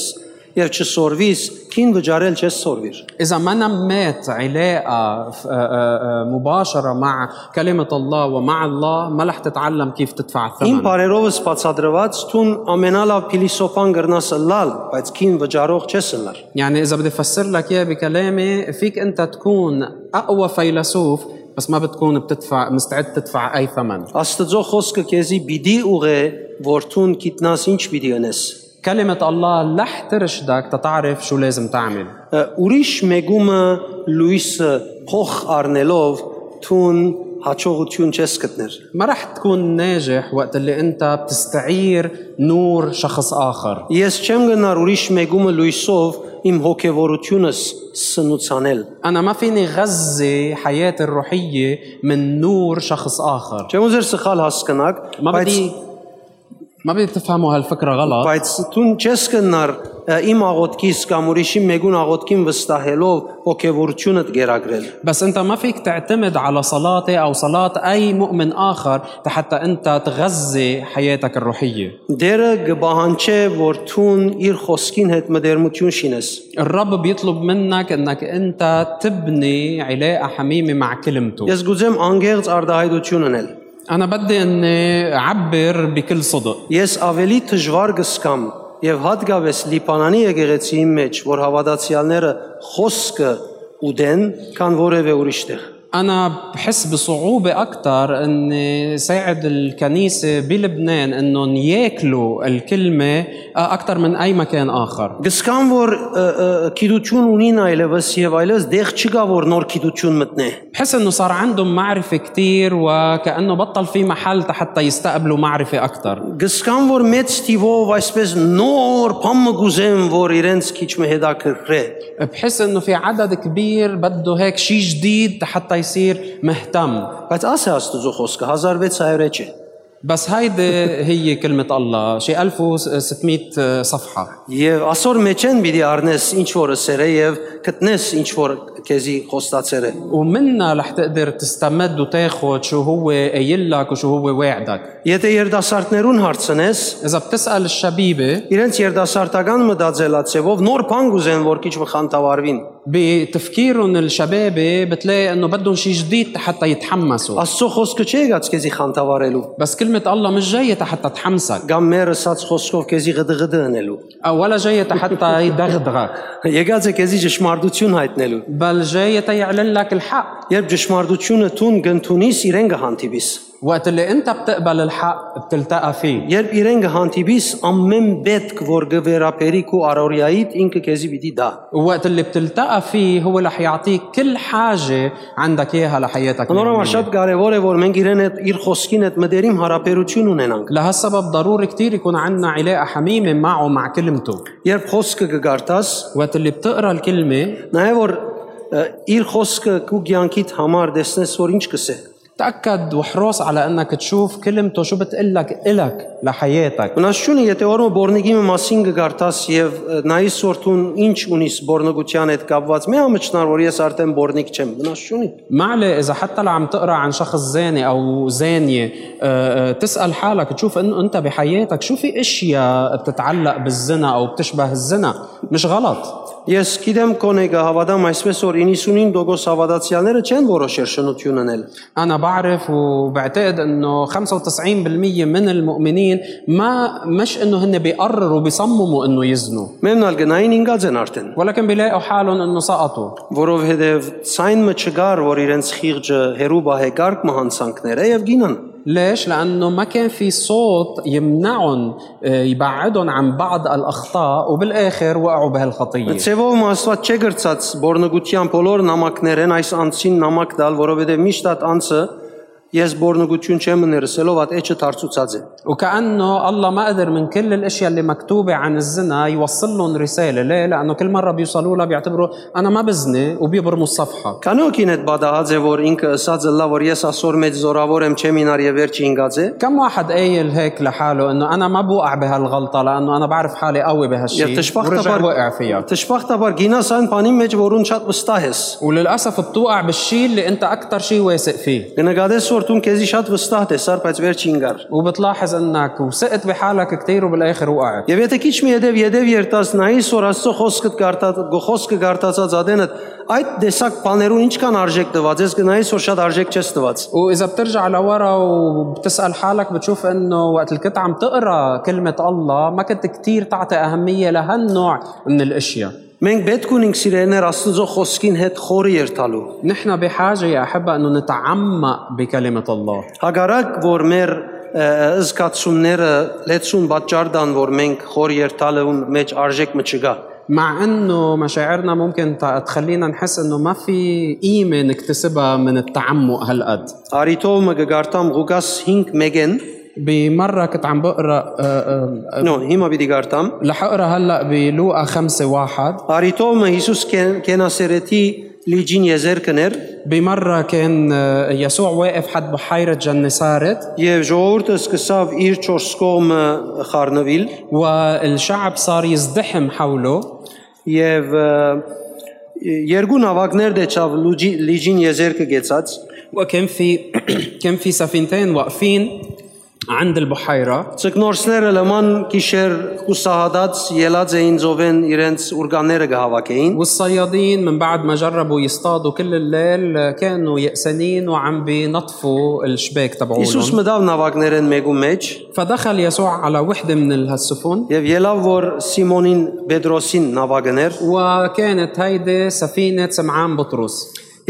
եւ չսորվիս, քին վճարել չես սորվիր։
اذا ما نميت علاقه ف- آه، آه، آه، مباشره مع كلمه الله ومع الله ما رح تتعلم كيف تدفع
Իմ
الثمن
բարերովս բացադրված ցուն ամենալավ փիլիսոփան գրնաս լալ, բայց քին վճարող չես լալ։
يعني إذا بدي أفسر لك إياه بكلامي فيك أنت تكون أقوى فيلسوف بس ما بتكون بتدفع مستعد تدفع أي ثمن
Աստծո խոսքը քեզի բիդի ուղե, որ ցուն գիտնաս ինչ պիտի անես։
كلمة الله رح ترشدك تتعرف شو لازم تعمل
Ա, Ուրիշ մեգումը լույսը փոխ առնելով ցուն հաջողություն չես գտներ։
ما رح تكون ناجح وقت اللي أنت بتستعير نور شخص آخر
Ես չեմ գնար ուրիշ մեգումը լույսով իմ հոգևորությունս սնուցանել։
أنا ما فيني غذي حياتي الروحية من نور شخص آخر
Չեմ ուզեր սխալ հասկանաք,
ما
բայց
بدي ما بدي تفهموا هالفكرة غلط
բայց դու չես կնար ը, իմ աղոտքիս կամ ուրիշի մեգուն աղոտքին վստահելով հոգևորությունդ գերագրել։
بس انت ما فيك تعتمد على صلاتي او صلاه اي مؤمن اخر حتى انت تغذي حياتك الروحيه
Դերը գբահանչե որ ցուն իր խոսքին հետ մդերմություն շինես։
الرب بيطلب منك انك انت تبني علاقه حميمه مع كلمته
Ես գուզեմ անգերց արդահայտություն անել։
انا بدي اني اعبر بكل صدق
Ես ավելի դժվար գսկամ եւ հատկապես Լիբանանի եկեղեցիի մեջ, որ հավատացյալները խոսքը ուդեն, քան որևէ ուրիշտեղ։
أنا بحس بصعوبة أكثر إني ساعد الكنيسة بلبنان إنهم ياكلوا الكلمة أكثر من أي مكان آخر.
Գսկան որ ը, ը, գիտություն ունին այլևս եւ այլևս դեղ չկա որ նոր գիտություն մտնե։
بحس إنه صار عندهم معرفة كثير وكأنه بطل في محل حتى يستقبلوا معرفة أكثر.
Գսկան որ մեծ տիվով այսպես նոր բամ գուզեմ որ իրենց քիչ մը հետաքրքրե։
بحس إنه في عدد كبير بده هيك شيء جديد حتى يصير مهتم.
Բայց ասե Աստծո խոսքը 1600-ը չէ։
بس هيدي هي كلمة الله شي 1600 صفحة
Եվ ասոր մեջ են պիտի առնես ինչ որը սերը եւ գտնես ինչ որ քեզի խոստացերը։
ومنها رح تقدر تستمد وتاخد شو هو قايل لك وشو هو واعدك
Եթե երդասարտներուն հարցնես,
إذا بتسأل الشبيبة
իրենց երդասարտական մտածելացեով նոր բան գուզեն որ քիչ մը խանտավարվին։
بتفكيرهم الشبابي بتلاقي إنه بدهم شي جديد حتى يتحمسوا
Աստծո խոսքը չի եկած քեզի խանտավարելու։
بس كلمة الله مش جاية حتى تحمسك
Կամ մերը սած խոսքով քեզի գդգդ անելու։
أو ولا جاية حتى يدغدغك
Եկած է քեզի ճշմարտություն հայտնելու։
بل جاية يعلن لك الحق
Երբ ճշմարտությունը տուն գնթունիս իրեն կհանդիպիս։
وقت اللي أنت بتقبل الحق بتلتقى فيه
Երբ իրեն կհանդիպիս ամեն պետք որ գվերապերի քու արորիայիդ ինքը քեզի պիտի դա։
والوقت اللي بتلتقى فيه هو رح يعطيك كل حاجة عندك إياها لحياتك
Նորմալ
اليومية.
շատ կարևոր է որ մենք իրեն հետ իր խոսքին հետ մտերիմ հարաբերություն ունենանք։
لهالسبب ضروري كتير يكون عندنا علاقة حميمة معه مع كلمته
Երբ խոսքը կգարտաս,
وقت اللي بتقرأ الكلمة
նայե որ ը, իր խոսքը քու ցանկիդ համար դեսնես որ ինչ կսե։
تأكد واحرص على أنك تشوف كلمته شو بتقلك إلك لحياتك
Մնացյունը եթե օրը բորնիկի մասին գարտաս եւ ը, նայիս որթուն ինչ ունիս բորնոգության հետ կապված, մի ամճնար որ ես արդեն բորնիկ չեմ, մնացյունի։
معلي إذا حتى لو عم تقرأ عن شخص زاني أو زانية آه، آه، تسأل حالك تشوف إنه أنت بحياتك شو في أشياء بتتعلق بالزنا أو بتشبه الزنا مش غلط
Ես գիտեմ կոնե կհավատամ այսպես որ 99% հավատացյալները չեն որոշեր շնություն անել։
أنا بعرف وبعتقد إنه 95% من المؤمنين ما مش إنه هن بيقرروا بيصمموا إنه يزنوا
Մենալ գնային ինգած են արդեն,
ولكن بيلاقوا حالهم انه سقطوا
որովհետեւ ցայն մը չգար որ իրենց խիղճը հերու բահեկարգ մահանցանքները եւ գինան։
ليش؟ لأنه ما كان في صوت يمنعهم آه، يبعدهم عن بعض الأخطاء وبالآخر وقعوا بهالخطية
Ձևով մասված չէ գրծած բորնոգության բոլոր նամակներեն այս անցին նամակ դալ, որովհետև միշտ այդ անցը ես բորնոգություն չեմ ներսելով, այդ էջը դարծուցած է։
وكأنه الله ما قدر من كل الأشياء اللي مكتوبة عن الزنا يوصل لهم رسالة ليه؟ لأنه كل مرة بيوصلوا لها بيعتبروا أنا ما بزني وبيبرموا الصفحة
Կանոքին այդ բադահած է, որ ինքը ասածը լավ, որ ես ասոր մեծ զորավոր եմ, չեմ ինար եւ վերջի ինգած է։
كم واحد قايل هيك لحاله انه انا ما بوقع بهالغلطه لانه انا بعرف حالي قوي
Եվ
بهالشيء ورجع
դժբախտաբար
وقع فيها
Դժբախտաբար գինաս այն բանի մեջ, որուն շատ վստահ ես։
وللاسف بتوقع بالشيء اللي انت اكثر شيء واثق فيه
Կնկատես, որ դու քեզի շատ վստահ ես, սար, բայց վերջի ինգար։
وبتلاحظ انك وثقت بحالك كثير وبالاخر وقعت
Եվ եթե քիչ մի եդև եդև երտաս նայիս որ Աստծո խոսքը գարտած գոխոսքը գարտածած ադենդ այդ տեսակ բաներուն ինչ կան արժեք տված ես գնայիս որ շատ արժեք չես տված
واذا بترجع لورا وبتسال حالك بتشوف انه وقت اللي كنت عم تقرا كلمه الله ما كنت كثير تعطي اهميه لهالنوع من الاشياء
մենք պետք ունենք սիրելիներ Աստծո խոսքին հետ խորը երթալու
نحن بحاجه يا احبه انه نتعمق بكلمه الله
հագարակ որ մեր ը, զգացումները լեցուն պատճառ դան որ մենք խոր երթալուն մեջ արժեք մը չգա
مع انه مشاعرنا ممكن ت- تخلينا نحس انه ما في قيمه نكتسبها من التعمق هالقد
Արիտով մը գարտամ Ղուկաս 5:1-ն
بمره كنت عم بقرا آه، آه،
նո հիմա պիտի գարտամ
رح اقرا هلا بلوقا 5 واحد
Արիտով մը Հիսուս կեն- կենասերեթի լիջին եզերքներ
بمرة كان آه، يسوع واقف حد بحيرة جنسارت
Եվ ժողովուրդը սկսավ իր 4 կողմը խառնվել
والشعب صار يزدحم حوله
եւ ը, երկու նավակներ դեչավ լուջի լիջին եզերքը գեցած
وكان في كان في سفينتين واقفين عند البحيرة
ցկնորսները լման գիշեր կուսահադած ելած էին ծովեն իրենց ուրգանները կհավաքեին
والصيادين من بعد ما جربوا يصطادوا كل الليل آه، كانوا يأسانين وعم بينطفوا الشباك
Հիսուս
تبعولهم
մտավ նավակներեն մեկու մեջ
فدخل يسوع على وحدة من ال- هالسفن
եւ ելավ որ Սիմոնին Պետրոսին նավագներ
وكانت هيدي سفينة سمعان بطرس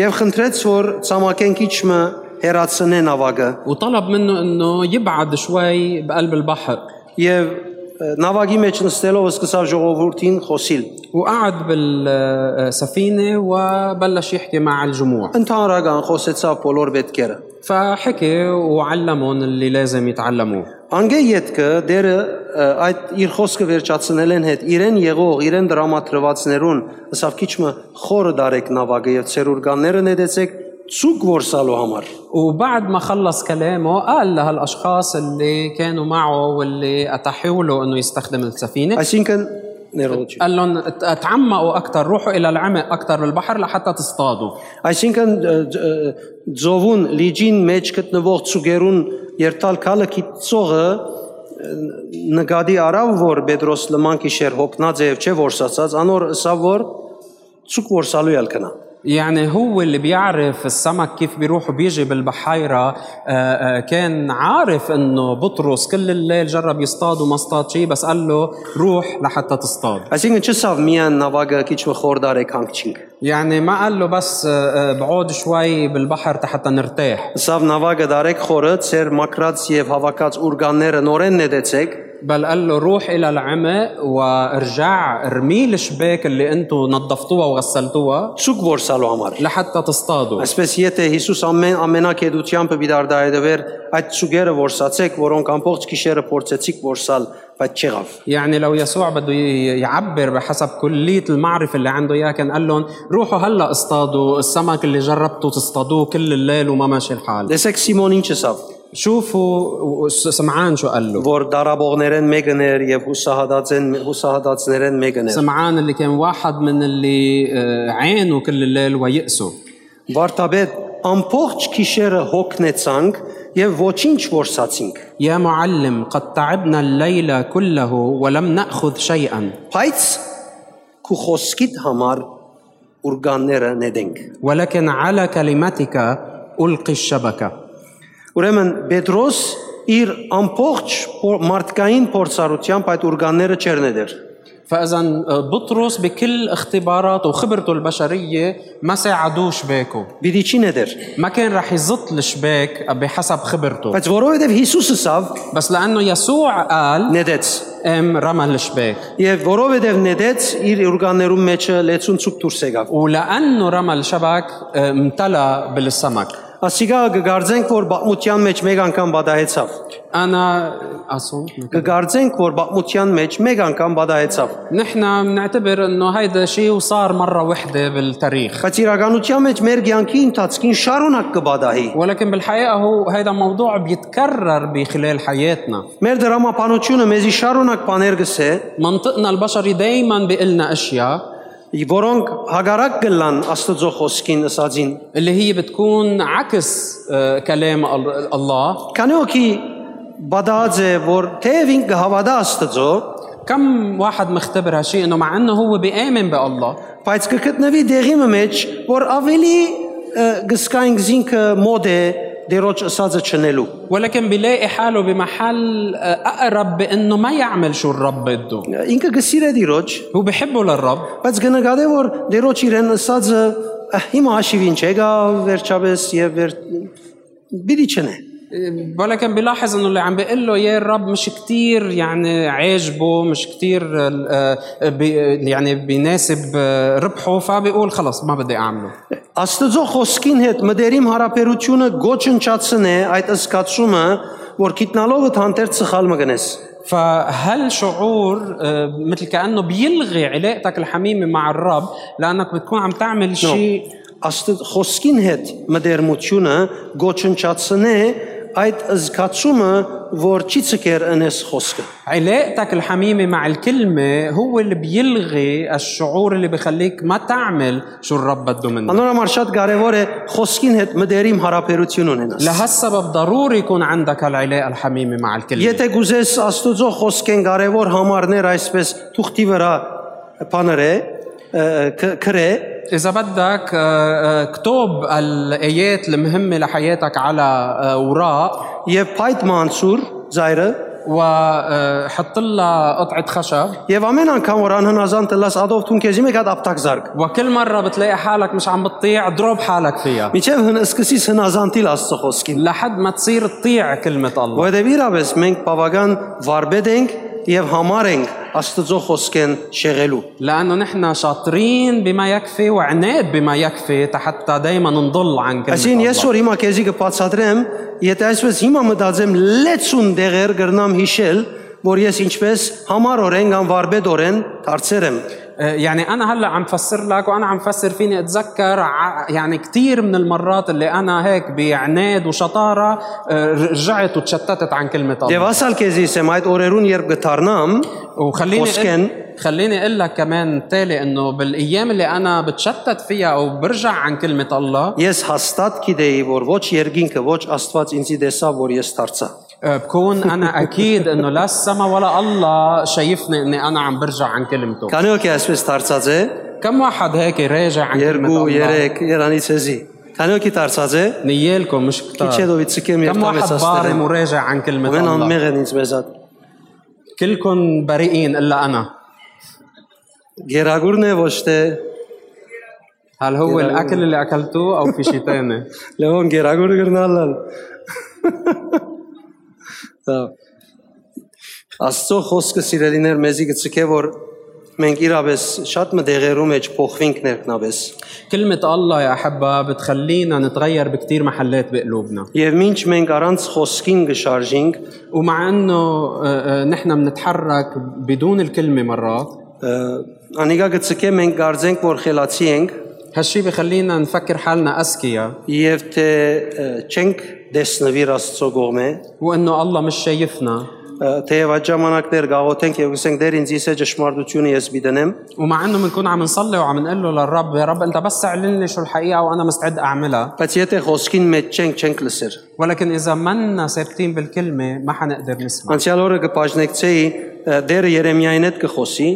եւ խնդրեց որ ցամաքեն քիչը հերացնեն ավագը
وطلب منه انه يبعد شوي بقلب البحر
եւ ը, նավակի մեջ նստելով սկսավ ժողովրդին խոսիլ
وقعد بالسفينة وبلش يحكي مع الجموع
ընդհանրական խոսեցավ բոլոր պետքերը
فحكي وعلمهم اللي لازم يتعلموه
անգե յետքը դերը ը, այդ իր խոսքը վերջացնել են հետ իրեն եղող իրեն դրամատրվածներուն ասավ քիչը խորը դարեք նավակը եւ ցերուրգանները նետեցեք ցուկ որսալու համար
وبعد ما خلص كلامه قال لهالاشخاص اللي كانوا معه واللي اتاحوا له انه يستخدم السفينه
այսինքն ներողություն
قال لهم ات- اتعمقوا اكثر روحوا الى العمق اكثر بالبحر لحتى تصطادوا
Այսինքն ը, ջ- ը, ձովուն լիջին մեջ գտնվող ցուգերուն երթալ քալը կիծողը նկատի արավ որ Պետրոս լման քիշեր հոգնած է եւ չէ որսացած անոր սա որ ցուկ որսալու ալ կնա
يعني هو اللي بيعرف السمك كيف بيروح وبيجي بالبحيرة آه، آه، كان عارف انه بطرس كل الليل جرب يصطاد وما اصطاد شيء بس قال له روح لحتى تصطاد
այսինքն չսավ միան նավագը քիչ մը խորդար եք հանգչինք
يعني ما قال له بس آه، آه، بعود شوي بالبحر حتى نرتاح
սավ նավագը դարեք խորը ծեր մակրած եւ հավաքած ուրգանները նորեն նետեցեք
بل قال له روح الى العمق وارجع ارمي الشباك اللي انتم نظفتوها وغسلتوها
ցուկ որսալու համար
لحتى تصطادوا
Այսպես եթե Հիսուս ամեն ամենակեդությամբ դիդարդայեդվեր այդ ցուգերը որսացեք, որոնք ամբողջ գիշերը փորձեցիք որսալ, բայց չեղավ։
يعني لو يسوع بده ي- يعبر بحسب كلية المعرفة اللي عنده إياها كان قال لهم روحوا هلا اصطادوا السمك اللي جربتوا تصطادوه كل الليل وما ماشي الحال
Տեսեք Սիմոն ինչ ասավ,
شوفوا و- س- سمعان شو قال له
որ դարաբողներեն մեկներ եւ հուսահատածեն հուսահատածներեն մեկներ։
سمعان اللي كان واحد من اللي آه، عانوا كل الليل ويأسوا
Վարդապետ ամբողջ գիշերը հոգնեցանք եւ ոչինչ որսացինք։
يا معلم قد تعبنا الليل كله ولم نأخذ شيئا
Բայց քու խոսքիդ համար ուրգանները նետենք։
ولكن على كلمتك ألقي الشبكة
Ուրեմն Պետրոս իր ամբողջ փո- մարդկային փորձառությամբ այդ ուրգանները չերնեդեր։
فاذا آه، بطرس بكل اختباراته وخبرته البشريه ما ساعدوه شباكه
Բիդի չնեդեր։
ما كان رح يزط الشباك بحسب خبرته
Բայց որովհետև Հիսուսը սավ
بس لانه يسوع قال
նետեց
قام رمى الشباك
եւ որովհետև նետեց իր ուրգաններում մեջը լեցուն ցուկ դուրս եկավ։
ولانه رمى الشبك آه، امتلأ بالسمك
Ասիկա գգարձենք որ բամության մեջ մեկ անգամ բադահեցավ։
انا اصوم
Գգարձենք որ բամության մեջ մեկ անգամ բադահեցավ։
نحن بنعتبر انه هيدا شيء وصار مره وحده بالتاريخ
Բայց իրականության մեջ մեր ցանկի ընթացքին շարունակ կբադահի։
ولكن بالحقيقه هو هيدا موضوع بيتكرر بخلال حياتنا
Մեր դրամապանությունը մեզի շարունակ բաներ գսե,
منطقنا البشري دائما بيقلنا اشياء
որոնք հագարակ կլան Աստծո խոսքին ասածին։
اللي هي بتكون عكس آه، كلام ال- الله
Քանի օքի բադահած է որ թեև ինքը հավատա Աստծո,
كم واحد مختبر هالشيء انه مع انه هو بيآمن بالله
Բայց կգտնվի դեղի մեջ, որ ավելի ը, գսկայինք զինքը մոդ է դերոջ ասածը չնելու։
ولكن بيلاقي حاله بمحل آه، اقرب بانه ما يعمل شو الرب بده
Ինքը գսիրե դերոջ,
هو بحبه للرب
բայց կնկատե որ դերոջ իրեն ասածը «Ա, հիմա հաշիվ ինչ եկա վերջապես եւ վեր բիդի չնե։
آه، ولكن بيلاحظ انه اللي عم بيقول له يا الرب مش كتير يعني عاجبه مش كتير آه، آه، بي يعني بيناسب آه، ربحه فبيقول خلص ما بدي اعمله
Աստծո խոսքին հետ մտերիմ հարաբերությունը գոչնչացնե այդ սկացումը, որ գիտնալովը հանդերձ սխալ մը գնես։
فهل شعور آه، مثل كانه بيلغي علاقتك الحميمه مع الرب لانك بتكون عم تعمل شيء
Աստծո խոսքին հետ մդերմությունը գոչնչացնե այդ զգացումը, որ չի ցկեր ընես խոսքը։
علاقتك الحميمه مع الكلمه هو اللي بيلغي الشعور اللي بخليك ما تعمل شو الرب بده منك
Անորոշ շատ կարևոր է խոսքին հետ մդերիմ հարաբերություն ունենաս։
لهالسبب ضروري يكون عندك العلاقه الحميمه مع الكلمه
Եթե գուզես Աստծո խոսքեն կարևոր համարներ այսպես թուղթի վրա բաները քրե
اذا بدك آه، آه، كتب الايات المهمه لحياتك على آه، اوراق
եւ Python Mansur ծայրը
وحط آه، لها قطعه خشب
Եվ ամեն անգամ որ անհնազանդ լաս ադով տուն քեզի մեկ հատ ապտակ զարգ։
وكل مره بتلاقي حالك مش عم بتطيع ضرب حالك فيها
Միջև հն- սկսիս հնազանդիլ Աստծո խոսքին։
لحد ما تصير تطيع كلمه الله
Որովհետև իրավես մենք բավական վարբեդ ենք եւ համար ենք Աստծո խոսքեն շեղելու։
لانه نحن شاطرين بما يكفي وعناد بما يكفي حتى دائما نضل عن كلمه
Այսին
الله.
ես որ հիմա քեզի կբացատրեմ, եթե այսպես հիմա մտածեմ 60 դեղեր գրնամ հիշել, որ ես ինչպես համառորեն կամ վարբեդորեն դարձեր եմ։
يعني انا هلا عم فسر لك وانا عم فسر فيني اتذكر ع- يعني كثير من المرات اللي انا هيك بعناد وشطاره آه، رجعت وتشتتت عن كلمه الله
Եվ ասալ քեզիս եմ այդ օրերուն երբ գտարնամ,
وخليني
وسكن.
أقول- خليني اقول لك كمان تالي انه بالايام اللي انا بتشتت فيها او برجع عن كلمه الله
ես հաստատ գիտեի, որ ոչ երկինքը, ոչ Աստված ինձի տեսավ, որ ես դարձա։
آه، بكون انا اكيد انه لا السما ولا الله شايفني اني انا عم برجع عن كلمته
Քանի օքի այսպես դարձած է,
كم واحد هيك راجع عن كلمه
2,
الله
3 Երանից էզի։ Քանի օքի դարձած է,
نيالكم مش
քիչ
كتار
էդովի ցկեմ
كم
եւ
واحد
տամես
صار
աստերեմ։
وراجع عن كلمه
Ուրեն
الله
անմեղ են ինձ մեզատ։
كلكم بريئين الا انا
Գերագուրն է ոչ թե
هل هو الاكل اللي اكلتوه او في شيء ثاني
Լևոն գերագուր գրնալն։ Դա Աստծո խոսքը սիրելիներ մեզի գծկե որ մենք իրավես շատ մտեղերու մեջ փոխվենք ներքնավես։
كلمة الله يا أحبة بتخلينا نتغير بكتير محلات بقلوبنا
Եվ ինչ մենք առանց խոսքին գշարժինք,
ومع أنه آه، آه، نحن بنتحرك بدون الكلمة مرات
ը, անիկա գծկե մենք կարծենք որ խելացի ենք
هالشي بخلينا نفكر حالنا أذكياء
եւ թե ը, չենք դեսնվիր Աստծո գողմե,
وأنه الله مش شايفنا
ը, թեև այդ ժամանակներ գաղութենք եւ ասենք դեր ինձ իսե ճշմարտությունը ես միտնեմ,
ومع انه بنكون عم نصلي وعم نقول له للرب يا رب انت بس اعلن لي شو الحقيقه وانا مستعد اعملها
բայց եթե խոսքին մեջ չենք չենք լսեր։
ولكن اذا منا ثابتين بالكلمه ما حنقدر نسمع
Անցյալ օրը կբաժնեկցեի ը, դերը Երեմիային հետ կխոսի։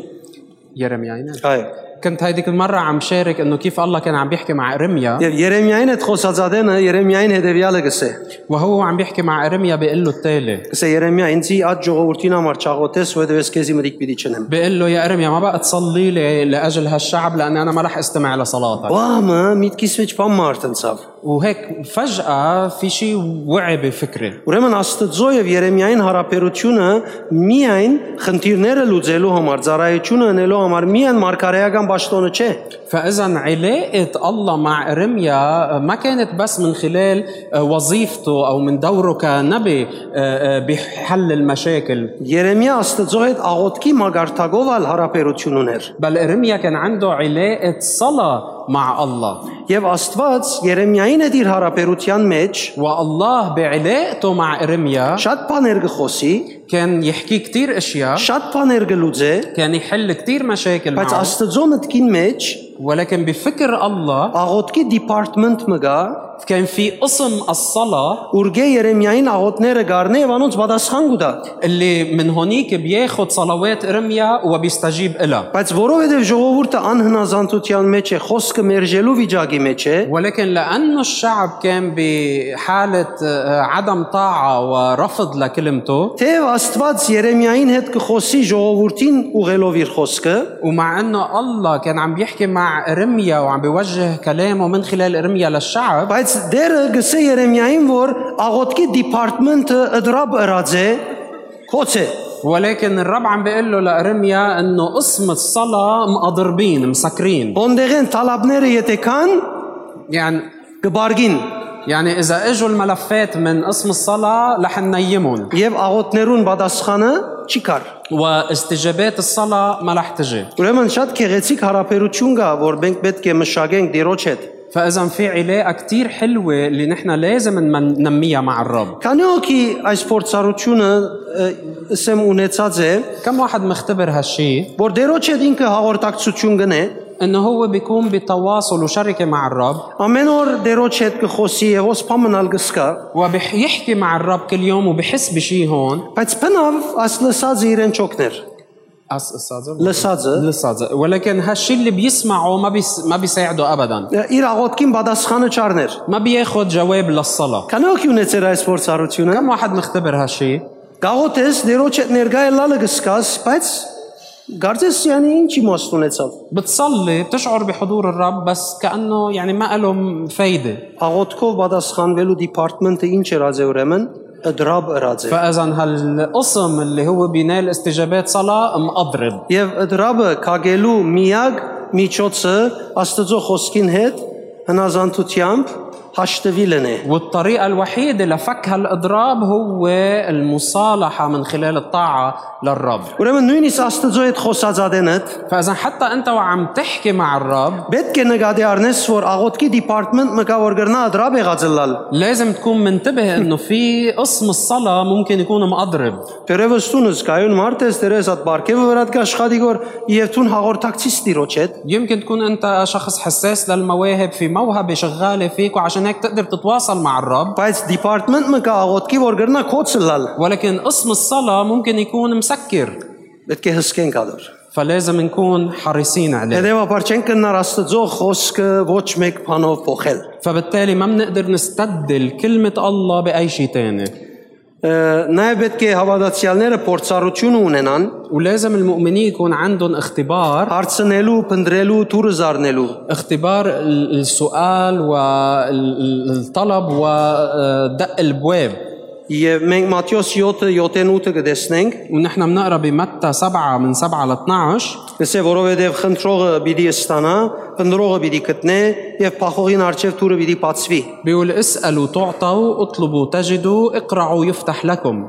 يرميا عينك
Այո։
كنت هيديك المرة عم شارك انه كيف الله كان عم بيحكي مع ارميا
Եվ Երեմիային հետ խոսածածանը Երեմիային հետևյալը գսե։
وهو عم بيحكي مع ارميا بيقول له التالي
Գսե Երեմիա, ինձի այդ ժողովրդին համար չաղոթես, որովհետև ես քեզի մտիկ պիտի չնեմ։
بيقول له يا ارميا ما بقى تصلي لي لاجل هالشعب لاني انا ما رح استمع لصلاتك
Բամը միտքիս մեջ բամ մարդ ընցավ։
وهيك فجأة في شيء وعي بفكري
Ուրեմն Աստծո եւ Երեմիային հարաբերությունը միայն խնդիրները լուծելու համար, ծառայությունը անելու համար միայն մարգարեական ճշտոնը չէ,
فإذا علاقة الله مع إرميا ما كانت بس من خلال آه، وظيفته أو من دوره كنبي آه، بحل المشاكل
Երեմիա Աստծո հետ աղոտքի մագարտակով ալ հարաբերություն ուներ։
بل إرميا كان عنده علاقة صلاة مع الله
Եվ Աստված Երեմիային հետ իր հարաբերության մեջ
والله بعلاقته مع ارميا
Շատ բաներ կխոսի,
كان يحكي كثير اشياء
շատ բաներ կլուծե,
كان يحل كثير مشاكل
բայց
معه
Աստծո մտքին մեջ
ولكن بفكر الله
աղոտքի դիպարտմենտ մգա,
كان في قسم الصلاة
ուրգե Երեմիային աղոտները գառնե եւ անոնց պատասխան գուտա։
اللي من هونيك بياخد صلوات ارميا وبيستجيب لها
Բայց որովհետեւ ժողովուրդը անհնազանդության մեջ է, խոսքը մերժելու վիճակի մեջ է,
ولكن لأنه الشعب كان بحالة آه، عدم طاعة ورفض لكلمته
թեև Աստված Երեմիային հետ կխոսի ժողովրդին ուղելով իր խոսքը,
ومع أنه الله كان عم بيحكي مع إرميا وعم بيوجه كلامه من خلال إرميا للشعب
բայց դերը գսե Երեմիային, որ աղոտքի դիպարտմենտը ըդրաբ ըրած է, կոչ է։
ولكن الرب عم بيقول له لارميا انه قسم الصلاه مقضربين مسكرين
Ոնդեղեն տալաբները եթե կան,
يعني
կբարգին
يعني اذا اجوا الملفات من قسم الصلاه رح ننيمهم
եւ աղոտներուն պատասխանը չի կար։
واستجابات الصلاه ما رح تجي
Ուրեմն շատ քեղեցիկ հարաբերություն կա, որ մենք պետք է մշակենք դիրոջ հետ։
فاذا في علاقه كثير حلوه اللي نحن لازم نم- ننميها مع الرب
Քանի օքի այս փորձառությունը ը, ասեմ ունեցած է,
كم واحد مختبر هالشي
որ դիրոջ հետ ինքը հաղորդակցություն գնե,
انه هو بيكون بتواصل وشركه مع الرب
ամեն օր դիրոջ հետ կխոսի եւ ոսփամնալ գսկա,
وبيحكي مع الرب كل يوم وبحس بشي هون
բայց բնավ աս լսածը իրեն ճոկներ։
أس- أستاذ
Լսածը
لسه ولكن هالشي اللي بيسمعه ما بيس ما بيساعده ابدا
ը, իր աղոտքին պատասխանը չառներ։
ما بياخد جواب للصلاه
Քանի օքի ունեցեր այս փորձառությունը,
كم واحد مختبر هالشي
Գաղոթես Տերոջ հետ ներկա ելալը գսկաս, բայց գարձես յանի ինչ իմաստ ունեցավ։
بتصلي بتشعر بحضور الرب بس كانه يعني ما له فايده
Աղոթքով պատասխանվելու դիպարտմենտը ինչ էր աձե ուրեմն, դրաբ ըրաձե։
فاذا هالقسم اللي هو بينال استجابات صلاه مقضرب
Եվ դրաբը քագելու միակ միջոցը Աստծո խոսքին հետ հնազանդությամբ հաշտվիլն է։
والطريقة الوحيدة لفك هالإضراب هو المصالحة من خلال الطاعة للرب
Ուրեմն նույնիսկ Աստծո հետ խոսած ադենդ
فإذا حتى أنت وعم تحكي مع الرب
պետք է նկատի առնես, որ աղոթքի դիպարտմենտ մկավոր գրնա դրաբ եղած լալ։
لازم تكون منتبه انه في قسم الصلاة ممكن يكون مقضرب
Տերևս տունս կայուն մարտես դերես հատ բարգեւը վրա դկա աշխատի գոր եւ տուն հաղորդակցի ստիրոջ հետ։
يمكن تكون انت شخص حساس للمواهب في موهبة شغالة فيك وعشان هيك تقدر تتواصل مع الرب
Բայց դիպարտմենտ մկա աղոթքի որ գրնա կոծը լալ։
ولكن قسم الصلاة ممكن يكون مسكر
Պետք է հսկենք ադոր։
فلازم نكون حريصين عليه
Հետևաբար չենք կնար Աստծո խոսքը ոչ մեկ բանով փոխել։
فبالتالي ما بنقدر نستبدل كلمة الله بأي شيء تاني
Ա, Նաև պետք է հավատացյալները փորձառություն ունենան
ولازم المؤمنين يكون عندهم اختبار
հարցնելու, փնտրելու, դուրս զառնելու։
اختبار ال- السؤال والطلب ودق البواب
Եվ մենք Մատթեոս 7-ը 7-8-ը կտեսնենք,
ونحن بنقرا بمتى 7 من 7 ل 12
ասե որովհետև խնդրողը պիտի ստանա, փնտրողը պիտի գտնե եւ փախողին արջև դուրը պիտի բացվի։
بيقول اسالوا تعطوا اطلبوا تجدوا اقرعوا يفتح لكم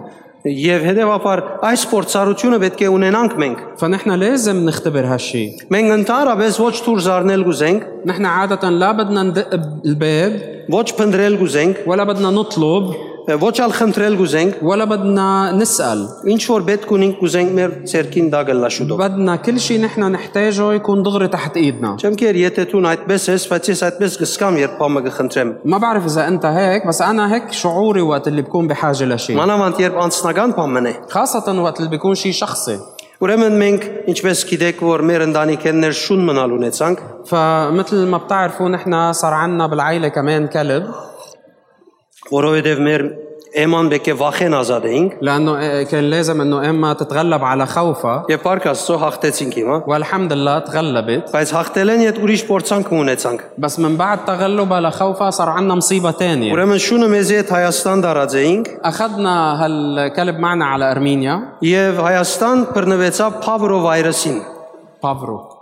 Եվ հետևաբար այս փորձառությունը պետք է ունենանք մենք։
فنحن لازم نختبر هالشيء
Մենք ընդհանրապես ոչ դուրս զառնել կուզենք,
نحن عادة لا بدنا ندق الباب
ոչ փնտրել կուզենք,
ولا بدنا نطلب
ոչ ալ խնդրել կուզենք,
ولا بدنا نسأل
ինչ որ պետք ունենք կուզենք մեր ցերքին դակելա շուտով։
بدنا كل شيء نحن نحتاجه يكون دغري تحت ايدنا
Չեմքեր, եթե դու այդպես ես, բայց ես այդպես կսկամ, երբ բամը կխնդրեմ։
ما بعرف اذا انت هيك بس انا هيك شعوري وقت اللي بكون بحاجة لشيء
Մանավանդ երբ անցնական բամն է։
خاصة وقت اللي بيكون شيء شخصي
Ուրեմն մենք, ինչպես գիտեք, որ մեր ընտանիքներ շուն մնալ ունեցանք,
فمثل ما بتعرفوا نحن صار عنا بالعائلة كمان كلب
որովհետև մեր Էման բեկե վախեն ազատեինք,
لأنه آه، كان لازم إنه إما تتغلب على خوفها
եւ Պարկաստո հաղթեցինք հիմա,
والحمد لله تغلبت
բայց հաղթելեն իդ ուրիշ փորձանք ունեցանք։
بس من بعد تغلبها لخوفها صار عنا مصيبة تانية
Ուրեմն շունը մեզի հետ Հայաստան դարած էինք
أخذنا هالكلب معنا على أرمينيا
եւ Հայաստան բռնվեցավ Pavro վայրասին։
بافرو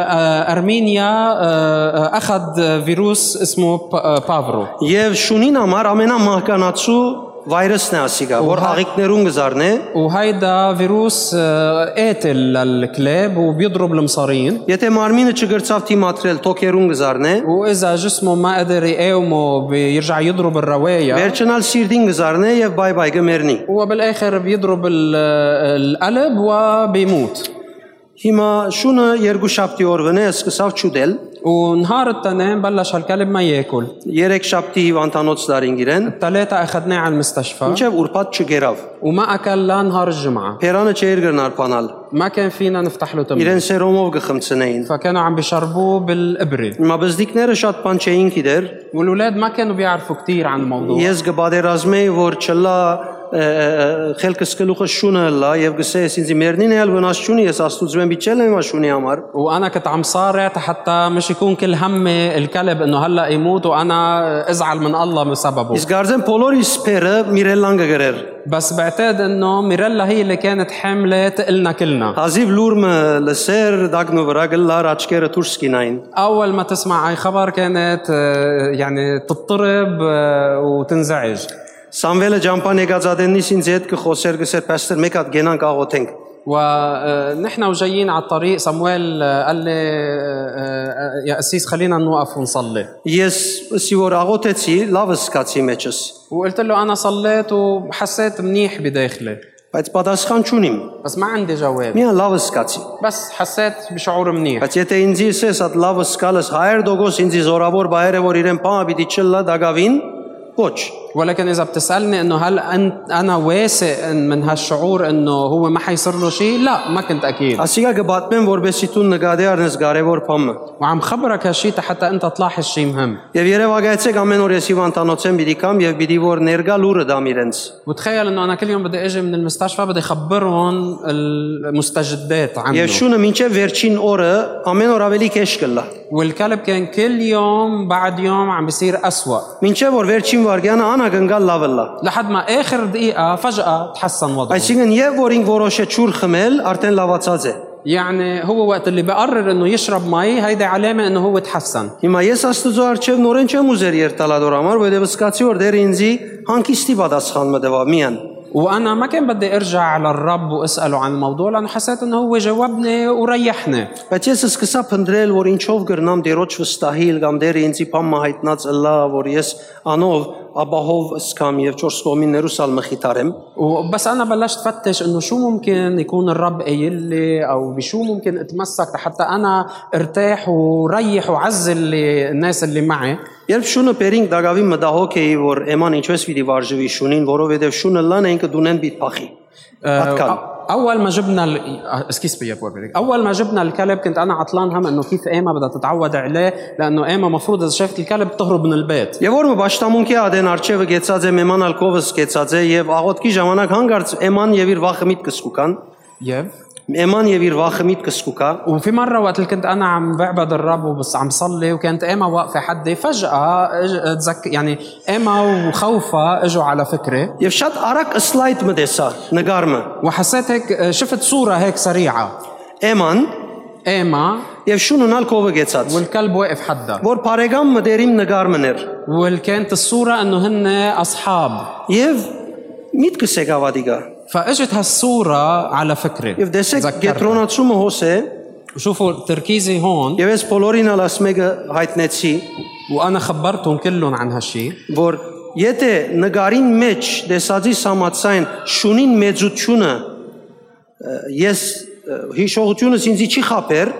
وبأرمينيا آه، أخذ فيروس اسمه ب- آه، بافرو
Եվ շունին համար ամենամահկանացու վայրասն է ասիկա, որ հաղիկներուն գզարնե,
وهيدا فيروس آه، قاتل للكلاب وبيضرب المصارين
եթե մարմինը չգրծավ թիմատրել, թոքերուն գզարնե,
وإذا جسمه ما قدر يقاومه بيرجع يضرب الرواية
Վերջնալ սիրտին գզարնե եւ բայ-բայ գմերնի։
وبالآخر بيضرب ال- القلب وبيموت
Հիմա շունը երկու շաբթի օրվն է սկսավ ճուդել,
ونهار التنين بلش هالكلب ما ياكل
երեք شաբթի հիվանդանոց դարին գիրեն,
ثلاثة أخذناه على المستشفى
ինչեւ ուրբաթ չգերավ։
وما أكل لنهار الجمعة
Փերանը չէր գրնար բանալ։
ما كان فينا نفتح له تمه
Իրեն սերոմով գխմցնեին։
فكانوا عم بيشربوه بالإبرة
Հիմա բզդիկները շատ բան չէին գիտեր։
والولاد ما كانوا بيعرفوا كثير عن الموضوع
Ես գբադերազմեի, որ չլա ը, ը, ը, խելքս գլուխը շունը լա եւ գսես ինձ մերնին էլ վնաս չունի, ես աստուծում բիչել եմ շունի համար։
وانا كنت عم صارع حتى مش يكون كل همي الكلب انه هلا يموت وانا ازعل من الله بسببه
Իսկ արձեն բոլորի սփերը Միրելլան գգրեր։
بس بعتقد انه ميريلا هي اللي كانت حامله تقلنا كلنا
Հազիվ լուրմը լսեր դագնու վրա գլար աչքերը դուրս կինային։
اول ما تسمع اي خبر كانت آه، يعني تضطرب آه، وتنزعج
Սամվելը ջամփան եկած ադեննից ինձ հետ կխոսեր գսեր պաստոր մեկ հատ գենանք աղոթենք։
ونحن وجايين على الطريق سمويل آه، قال لي آه، آه، يا قسيس خلينا نوقف ونصلي
Ես սիվոր աղոթեցի, լավ սկացի մեջս,
وقلت له انا صليت وحسيت منيح بداخلي
բայց պատասխան չունիմ։
بس ما عندي جواب
Միա լավ սկացի։
بس حسيت بشعور منيح
Բայց եթե ինձ ես հատ լավ սկալս 100% ինձ զորավոր բայերը որ իրեն բանը պիտի չլա դագավին, Ոչ։
ولكن اذا بتسالني انه هل انت انا واثق إن من هالشعور انه هو ما حيصير له شيء لا ما كنت اكيد
Ասիկա կբատմեմ, որբեսի դու նկատի առնես կարևոր բանը։
وعم خبرك هالشيء حتى انت تلاحظ شيء مهم
Եվ երևակայեցեք ամեն օր ես հիվանդանոցեմ պիտի կամ եւ պիտի որ ներգա լուրը դամ իրենց։
وتخيل انه انا كل يوم بدي اجي من المستشفى بدي اخبرهم المستجدات عنه
Եվ շունը մինչև վերջին օրը ամեն օր ավելի քեշ կլա։
والكلب كان كل يوم بعد يوم عم بيصير أسوأ
Մինչև որ վերջին վարգյանը անակնկալ լավ լա։
لحد ما آخر دقيقة فجأة تحسن وضعه
Այսինքն եւ որ ինք որոշե ճուր խմել, արդեն լավացած է։
يعني هو وقت اللي بقرر انه يشرب مي هيدي علامة انه هو تحسن
Հիմա ես աստծո արչեւ նորեն չեմ ուզեր երտալադոր համար, որովհետեւ սկացի որ դեր ինձի հանկիստի պատասխանը տվա միան։
وانا ما كان بدي ارجع على الرب واساله عن الموضوع لانه حسيت انه هو جاوبني وريحني
Բայց ես սկսա փնտրել, որ ինչով գրնամ դերոջ վստահիլ կամ դեր ինձի փամը հայտնած լա, որ ես անով ապահով սկամ եւ 4 կողմին ներուսալ մխիթարեմ։
وبس انا بلشت فتش انه شو ممكن يكون الرب قايل لي او بشو ممكن اتمسك حتى انا ارتاح وريح وعزل الناس اللي معي
Երբ շունը բերին դակավի մտահոգ էի, որ Էման ինչպես պիտի վարժվի շունին, որովհետև շունը լան է ինքը դունեն պիտ փախի։ Պատկան։
أو- اول ما جبنا ال... اسكيس بي بوربريك اول ما جبنا الكلب كنت انا عطلان هم انه كيف ايما بدها تتعود عليه لانه ايما مفروض اذا شافت الكلب تهرب من البيت
Եվ որ մը ճշտամունքի ադեն արջևը գեցած է Էման ալկովը սկեցած է եւ աղոտքի ժամանակ հանգարց Էման եւ իր վախը միտ կսկուկան։
يف
Էման եւ իր վախը միտ կսկուկա։
وفي مرة وقت اللي كنت أنا عم بعبد الرب وبس عم صلي وكانت إيما واقفة حدي فجأة إج- تزك يعني إيما وخوفها إجوا على فكرة
Եվ շատ արագ սլայդ մը տեսա նկարը։
وحسيت هيك شفت صورة هيك سريعة
Էման
إيما
եւ շունն ալկովը գեցած։
والكلب واقف حدها
Որ բարեկամ մը դերիմ նկարը ներ։
وكانت الصورة إنه هن أصحاب
Եվ միտ կսեք ավադիկա։
فاجت هالصورة على فكرة
Եվ դեսեք
تذكرتها.
գետրոնացումը հոս է
شوفوا تركيزي هون
եւ ես բոլորին ալաս մեկը հայտնեցի
وانا خبرتهم كلهم عن هالشيء
որ եթե նգարին մեջ դեսածի համացայն շունին մեծությունը ը, ես ը, հիշողությունս ինձի չի խապեր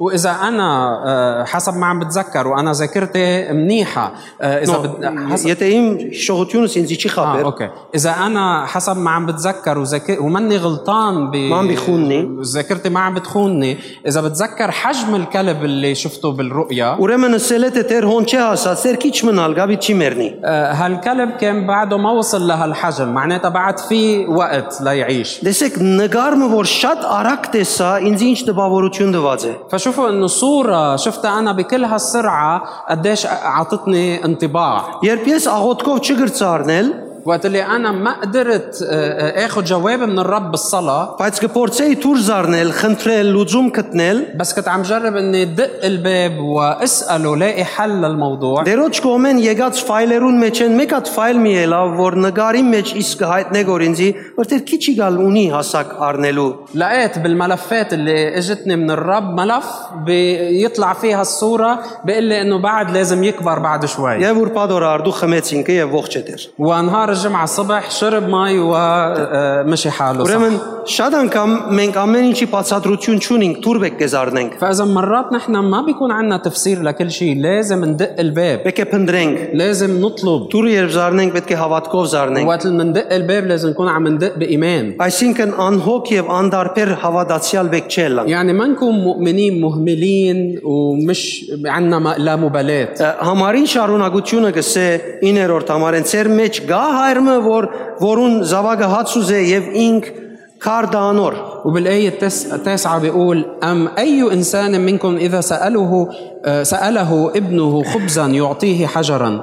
واذا انا آه، حسب ما عم بتذكر وانا ذاكرتي منيحه آه، اذا بد- حسب
եթե իմ հիշողությունս ինձի չի
اه
խապեր
اوكي اذا انا حسب ما عم بتذكر وذاكر وماني غلطان ب
ما عم بيخونني.
ذاكرتي ما عم بتخونني اذا بتذكر حجم الكلب اللي شفته بالرؤيا
ուրեմն ասել է թե դեր հոն չի հասած ծեր քիչ մնալ գաբի չի մեռնի
آه، هالكلب كان بعده ما وصل لهالحجم معناتها بعد في وقت ليعيش
դեսեք նգարը որ շատ արագ տեսա ինձ ինչ տպավորություն տված է
فشوفوا انه صورة شفتها انا بكل هالسرعة قديش اعطتني انطباع
երբ ես աղոտքով չգրծառնել
وقت اللي انا ما قدرت آه، آه، اخذ جواب من الرب بالصلاه
բայց կփորձեի դուրս առնել խնդրել լուծում գտնել
بس كنت عم جرب اني دق الباب واساله لاقي حل للموضوع
Դերոջ կոմեն եկած ֆայլերուն մեջ են մեկ հատ ֆայլ մի ելա որ նկարի մեջ իսկ հայտնեք որ ինձի որտեղ քիչի գալ ունի հասակ առնելու
لقيت بالملفات اللي اجتني من الرب ملف بيطلع فيها الصوره بيقول لي انه بعد لازم يكبر بعد شوي
եւ որ падոր արդու խմեց ինքը եւ ողջ էր
ونهار الجمعه الصبح شرب مي ومشي حاله صح.
Ուրեմն շատ անգամ մենք ամեն ինչի բացատրություն չունենք դուրբեք կեզ առնենք
فاذا مرات نحن ما بيكون عندنا تفسير لكل شيء لازم ندق الباب
պետք է փնդրենք
لازم نطلب
դուրը երբ զառնենք պետք է հավատքով զառնենք
وقت اللي مندق الباب لازم نكون عم ندق بايمان
այսինքն անհոգ եւ անդարբեր հավատացյալ բեք չէ լան
يعني ما نكون مؤمنين مهملين ومش عندنا ما- لا مبالاة
համարին շարունակությունը գսե 9-րդ համարեն ծեր մեջ գա հայրը որ որուն զավակը հացուզ է եւ ինք կարդանոր
وبالآية التس- التاسعة بيقول أم أي إنسان منكم إذا سأله آه، سأله ابنه خبزا يعطيه حجرا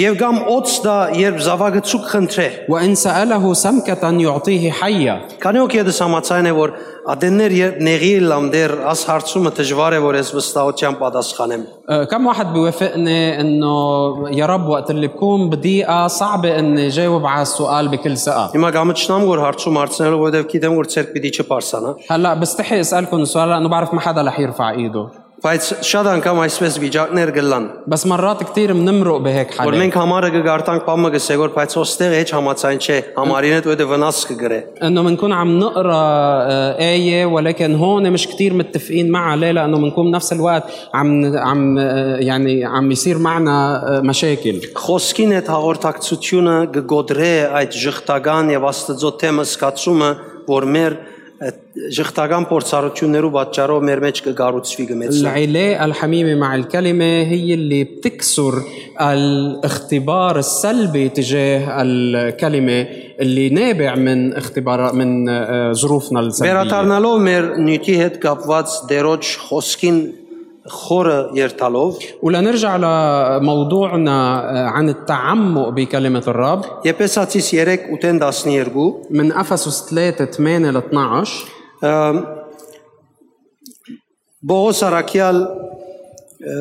եւ կամ օծտա երբ զավակը ցուկ խնդրե
وإن سأله سمكة يعطيه حية
քանի օքի դա համացան է որ ադեններ եւ նեղի լամդեր աս հարցումը դժվար է որ ես վստահությամբ պատասխանեմ
آه، كم واحد بيوافقني انه يا رب وقت اللي بكون بضيقه صعبه اني جاوب على السؤال بكل ثقه
հիմա կամճնամ որ հարցում արցնելով որովհետեւ գիտեմ որ ցերկ պիտի չբարսանա
هلا بستحي اسالكم السؤال لانه بعرف ما حدا رح يرفع ايده
բայց շատ անգամ այսպես վիճակներ կլան
بس مرات كثير بنمرق بهيك
որ
حالات
մենք համարը կգարտանք պամը կսեգոր բայց ոստեղ հեչ համացայն չէ համարին հետ ուտը վնաս կգրե
انه بنكون عم نقرا آه، ايه ولكن هون مش كثير متفقين معها ليه؟ لانه بنكون بنفس الوقت عم عم آه، يعني عم يصير معنا آه، مشاكل
Խոսքին այդ հաղորդակցությունը գգոդրե այդ շղթական եւ աստծո թեմը սկացումը, որ մեր այդ շղթական փորձառություններով պատճառով մեր մեջ կգառուցվի գմեցնի։
العلاقة الحميمة مع الكلمة هي اللي بتكسر الاختبار السلبي تجاه الكلمة اللي نابع من اختبار من آه، ظروفنا السلبية
Վերադառնալով մեր նյութի հետ կապված դերոջ խոսքին խորը երթալով,
ولنرجع لموضوعنا آه، عن التعمق بكلمة الرب
Եփեսացիս 3:8-12
من أفسس 3 8 ل 12
ըմ, Բողոս Արաքյալ ը,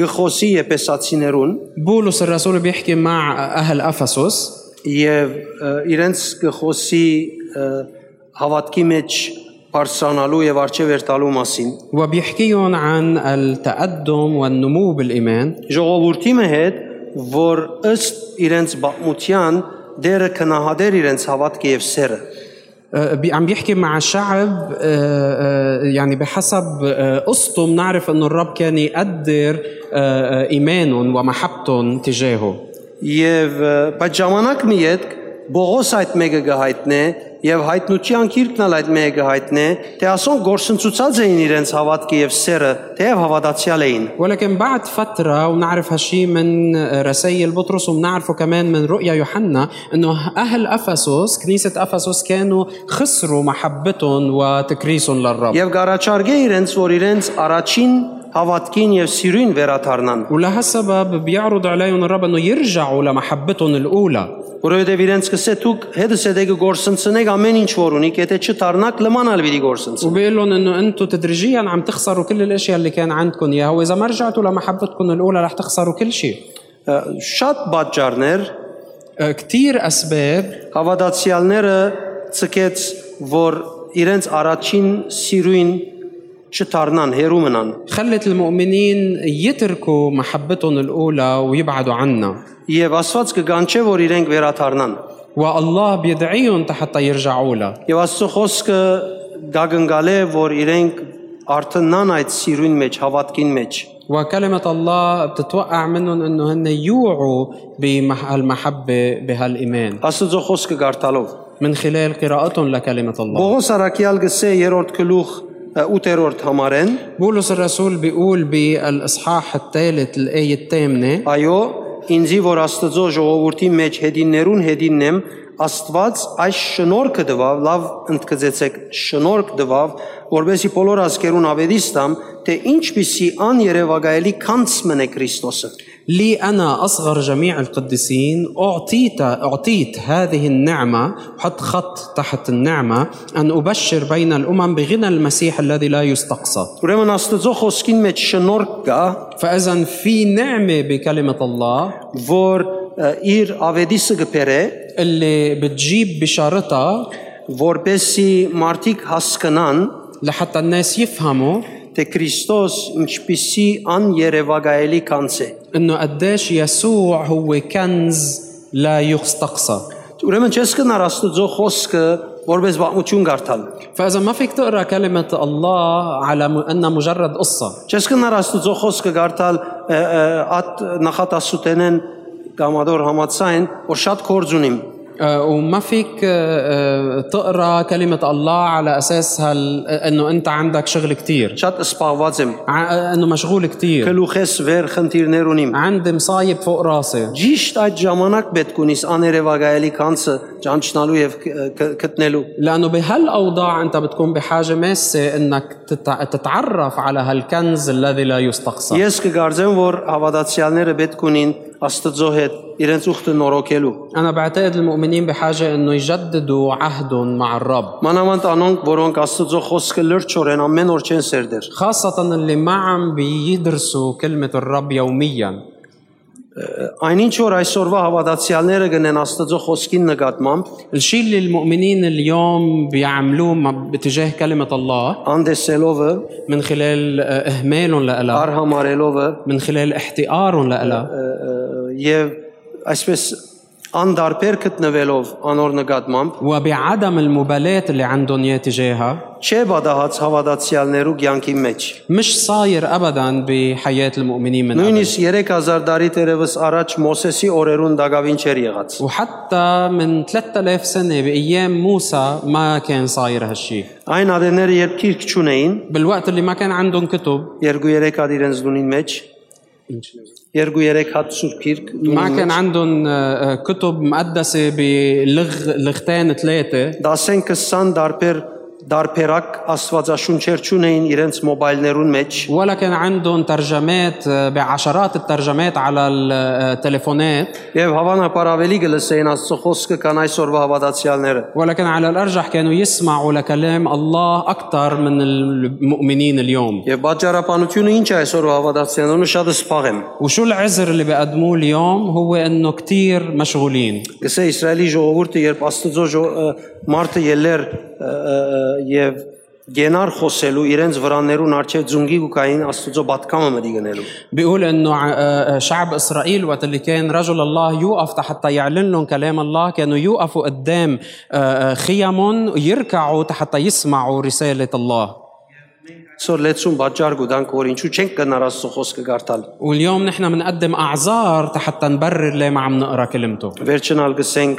գխոսի Եփեսացիներուն
بولس الرسول بيحكي مع أهل أفسس
եւ ը, իրենց գխոսի ը, հավատքի մեջ բարձրանալու եւ արժեվեր տալու մասին
وبيحكيهم عن التقدم والنمو بالإيمان
ժողովրդի մը հետ որ ըստ իրենց բացմության դերը կնահադեր իրենց հավատքը եւ սերը
آه، بي- عم بيحكي مع الشعب آه، آه، يعني بحسب آه، قصته بنعرف انه الرب كان يقدر آه، آه، ايمانهم ومحبتهم تجاهه
եւ ը, բայց ժամանակ մի հետ Բողոս այդ մեկը գահիտնե եւ հայտնության քիրքն էլ այդ մեկը գահիտնե թե ասոն գործընծուցած էին իրենց հավատքը եւ սերը թե եւ հավատացյալ էին
ولكن بعد فترة ونعرف هالشي من رسائل بطرس وبنعرفه كمان من رؤيا يوحنا انه اهل افسس كنيسة افسس كانوا خسروا محبتهم وتكريسهم للرب
Եվ գարաչարգե իրենց, որ իրենց առաջին հավատքին եւ սիրուն վերաթարնան,
ولهالسبب بيعرض عليهم الرب انه يرجعوا لمحبتهم الاولى
որովհետեւ իրենց կսե դուք հետս է դեգը գործընծնեք ամեն ինչ որ ունիք, եթե չդառնաք լմանալ վիդի գործընծնեք։
وبيقول لهم انه انتم تدريجيا عم تخسروا كل الاشياء اللي كان عندكم اياها واذا ما رجعتوا لمحبتكم الاولى رح تخسروا كل شيء أه،
Ա, Շատ պատճառներ
كثير اسباب
հավատացյալները ցկեց, որ իրենց առաջին սիրուն չդառնան, հերու մնան։
خلت المؤمنين يتركوا محبتهم الاولى ويبعدوا عنا
Եվ Աստված կգանչե, որ իրենք վերաթարնան։
والله بيدعيهم حتى يرجعوا لها
Եվ Աստծո խոսքը գագնգալե, որ իրենք արթնան այդ սիրուն մեջ, հավատքին մեջ։
وكلمة الله بتتوقع منهم انه هن يوعوا بهالمحبة بهالايمان
Աստծո խոսքը գարտալով
من خلال قراءتهم لكلمة الله
Բողոս Արաքյալ գսե 3-րդ գլուխ 8-րդ համարեն
بولس الرسول بيقول بالاصحاح الثالث الايه الثامنه
այո ինձի որ Աստծո ժողովրդի մեջ հետիններուն հետիննեմ Աստված այս շնորհքը տվավ լավ ընդգծեցեք շնորհք տվավ որովհետեւ բոլոր ազգերուն ավետիս տամ թե ինչպիսի աներևակայելի քանց մնե Քրիստոսը
لي انا اصغر جميع القديسين اعطيت اعطيت هذه النعمه حط خط تحت النعمه ان ابشر بين الامم بغنى المسيح الذي لا يستقصى
ուրեմն Աստծո խոսքին մեջ շնորհք կա
فاذا في نعمه بكلمه الله
որ ը, իր ավետիսը կբերե
اللي بتجيب بشارتها
որբեսի մարդիկ հասկանան
لحتى الناس يفهموا
թե Քրիստոս ինչպիսի աներևակայելի կանց է։
انه قديش يسوع هو كنز لا يستقصى
Ուրեմն չես կնար Աստծո խոսքը որպես բացություն գարտալ։
فإذا ما فيك تقرأ كلمة الله على م- أنها مجرد قصة
Չես կնար Աստծո խոսքը գարտալ ը, ը, ատ նախատասուտենեն գամադոր համացայն, որ շատ կորձ ունիմ։
آه، وما فيك آه، آه، تقرأ كلمة الله على أساس هال... أنه أنت عندك شغل كتير
Շատ սպահված եմ։
ع- أنه مشغول كتير
Գլուխես վեր խնդիրներ ունիմ։
عندي مصايب فوق راسي
Ճիշտ այդ ժամանակ պետք ունիս աներևակայելի կանցը ճանչնալու եւ կ- կ- գտնելու։
لأنه بهالأوضاع أنت بتكون بحاجة ماسة أنك تتع... تتعرف على هالكنز الذي لا يستقصى
Ես կգարձեմ, որ հավատացյալները պետք ունին Աստծո հետ իրենց ուխտը նորոգելու։
أنا بعتقد المؤمنين بحاجة أنه يجددوا عهدهم مع الرب
Մանավանդ անոնք, որոնք Աստծո խոսքը լրջորեն ամեն օր չեն սերդեր։
خاصة اللي ما عم بيدرسوا كلمة الرب يومياً
Այնինչ որ այսօրվա հավատացյալները գնեն Աստծո խոսքին նկատմամբ,
الشيء اللي المؤمنين اليوم بيعملوه م- باتجاه كلمة الله
անդեսելովը,
من خلال آه، إهمالهم لها
արհամարելովը
من خلال احتقارهم لها
ը, ը, եւ այսպես անդարբեր գտնվելով անոր նկատմամբ
وبعدم المبالاة اللي عندهم إياه تجاهها
չէ բադահաց հավատացյալներու կյանքի մեջ։
مش صاير أبدا بحياة المؤمنين من قبل
Նույնիսկ 3000 տարի դերևս առաջ Մոսեսի օրերուն դակավին չէր եղած։
وحتى من 3000 سنة بأيام موسى ما كان صاير هالشيء
Այն ադեները երբ քիրք չունեին,
بالوقت اللي ما كان عندهم كتب
2-3 հատ իրենց դունին մեջ, 2-3 հատ սուր քիրք
ما
դունին
كان عندهم آه، آه، كتب مقدسة بلغ لغتين ثلاثة
10-20 դարբեր դարբերակ աստվածաշունչեր չունեին իրենց մոբայլներուն մեջ։
ولا كان عندهم ترجمات آه، بعشرات الترجمات على آه، التليفونات
Եվ հավանաբար ավելի գլսեին Աստծո խոսքը կան այսօրվա հավատացյալները։
ولكن على الأرجح كانوا يسمعوا لكلام الله أكثر من المؤمنين اليوم
Եվ բաճարապանությունը ինչ է այսօրվա հավատացյալները շատ սփաղ եմ։
وشو العذر اللي بيقدموه اليوم هو أنه كتير مشغولين
Գսե Իսրայելի ժողովուրդը երբ Աստծո ժո- ը, մարդը ելեր ը, ը, ը, եւ գենար խոսելու իրենց վրաներուն արչե ձունգի ու կային Աստծո բատկամը մտի գնելու։
بيقول انه ع- آه، آه، شعب اسرائيل وقت اللي كان رجل الله يوقف حتى يعلن لهم كلام الله كانوا يوقفوا قدام آه، آه، خيمهم يركعوا حتى يسمعوا رساله الله
Այսօր լեցուն բաճար գուտանք որ ինչու չենք կնար Աստծո խոսքը գարտալ։
واليوم نحن بنقدم اعذار حتى نبرر ليه ما عم نقرا كلمته
Վերջնալ գսենք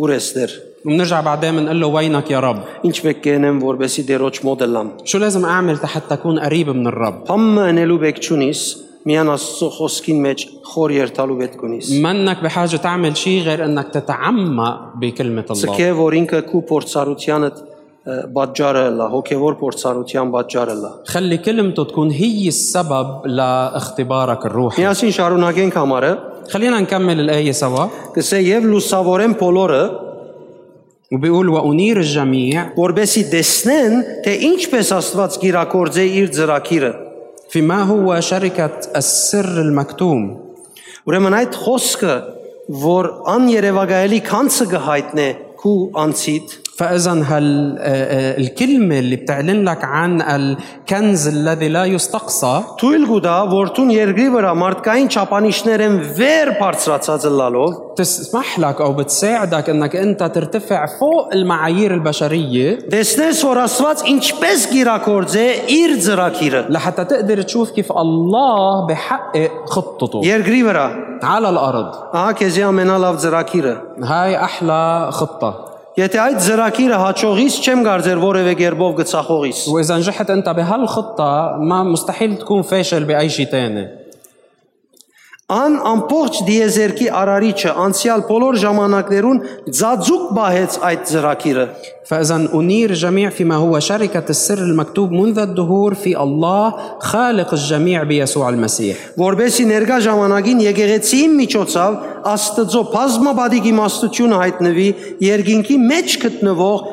ուր ես դեր։
وبنرجع بعدين بنقول له وينك يا رب
Ինչ պետք է ենեմ որբեսի դերոջ մոդել լամ։
شو لازم اعمل حتى اكون قريب من الرب
Փամը անելու պետք չունիս, միան Աստծո խոսքին մեջ խոր երթալու պետք ունիս։
منك بحاجه تعمل شيء غير انك تتعمق بكلمه الله
Ցկե որ ինքը քու փորձառությանդ բաճարը լա, հոգևոր փորձառության բաճարը լա։
خلي كلمته تكون هي السبب لاختبارك الروحي
Միասին շարունակենք համարը,
خلينا نكمل الآية سوا
կսե եւ լուսավորեն բոլորը,
وبيقول وأنير الجميع
որբեսի տեսնեն, թե ինչպես Աստված գիրակորձե իր ծրակիրը։
فيما هو شركة السر المكتوم
Ուրեմն այդ խոսքը, որ աներևակայելի քանցը գհայտնե քու անցիդ,
فإذا هال آه، آه، الكلمة اللي بتعلن لك عن الكنز الذي لا يستقصى
թույլ գուտա, որտուն երկրի վրա մարդկային ճապանիշներ են վեր բարձրացած լալով,
تسمح لك أو بتساعدك أنك أنت ترتفع فوق المعايير البشرية
տեսնես, որ Աստված ինչպես գիրակորձե իր ծրակիրը
لحتى تقدر تشوف كيف الله بحقق خطته
երկրի վրա։
على الأرض
Ահա քեզի ամենալավ ծրակիրը։
هاي أحلى خطة
Եթե այդ ծրակիրը հաջողից չեմ գարձեր որևէ գերբով գծախողից,
وإذا نجحت أنت بهالخطة ما مستحيل تكون فاشل بأي شيء تاني
Ան ամբողջ դիեզերքի արարիչը անցյալ բոլոր ժամանակներուն ծածուկ բահեց այդ ծրակիրը։
فإذا أنير الجميع فيما هو شركة السر المكتوب منذ الدهور في الله خالق الجميع بيسوع المسيح
Որբեսի ներկա ժամանակին եկեղեցիին միջոցով Աստծո բազմաբադիկ իմաստությունը հայտնվի երկինքի մեջ գտնվող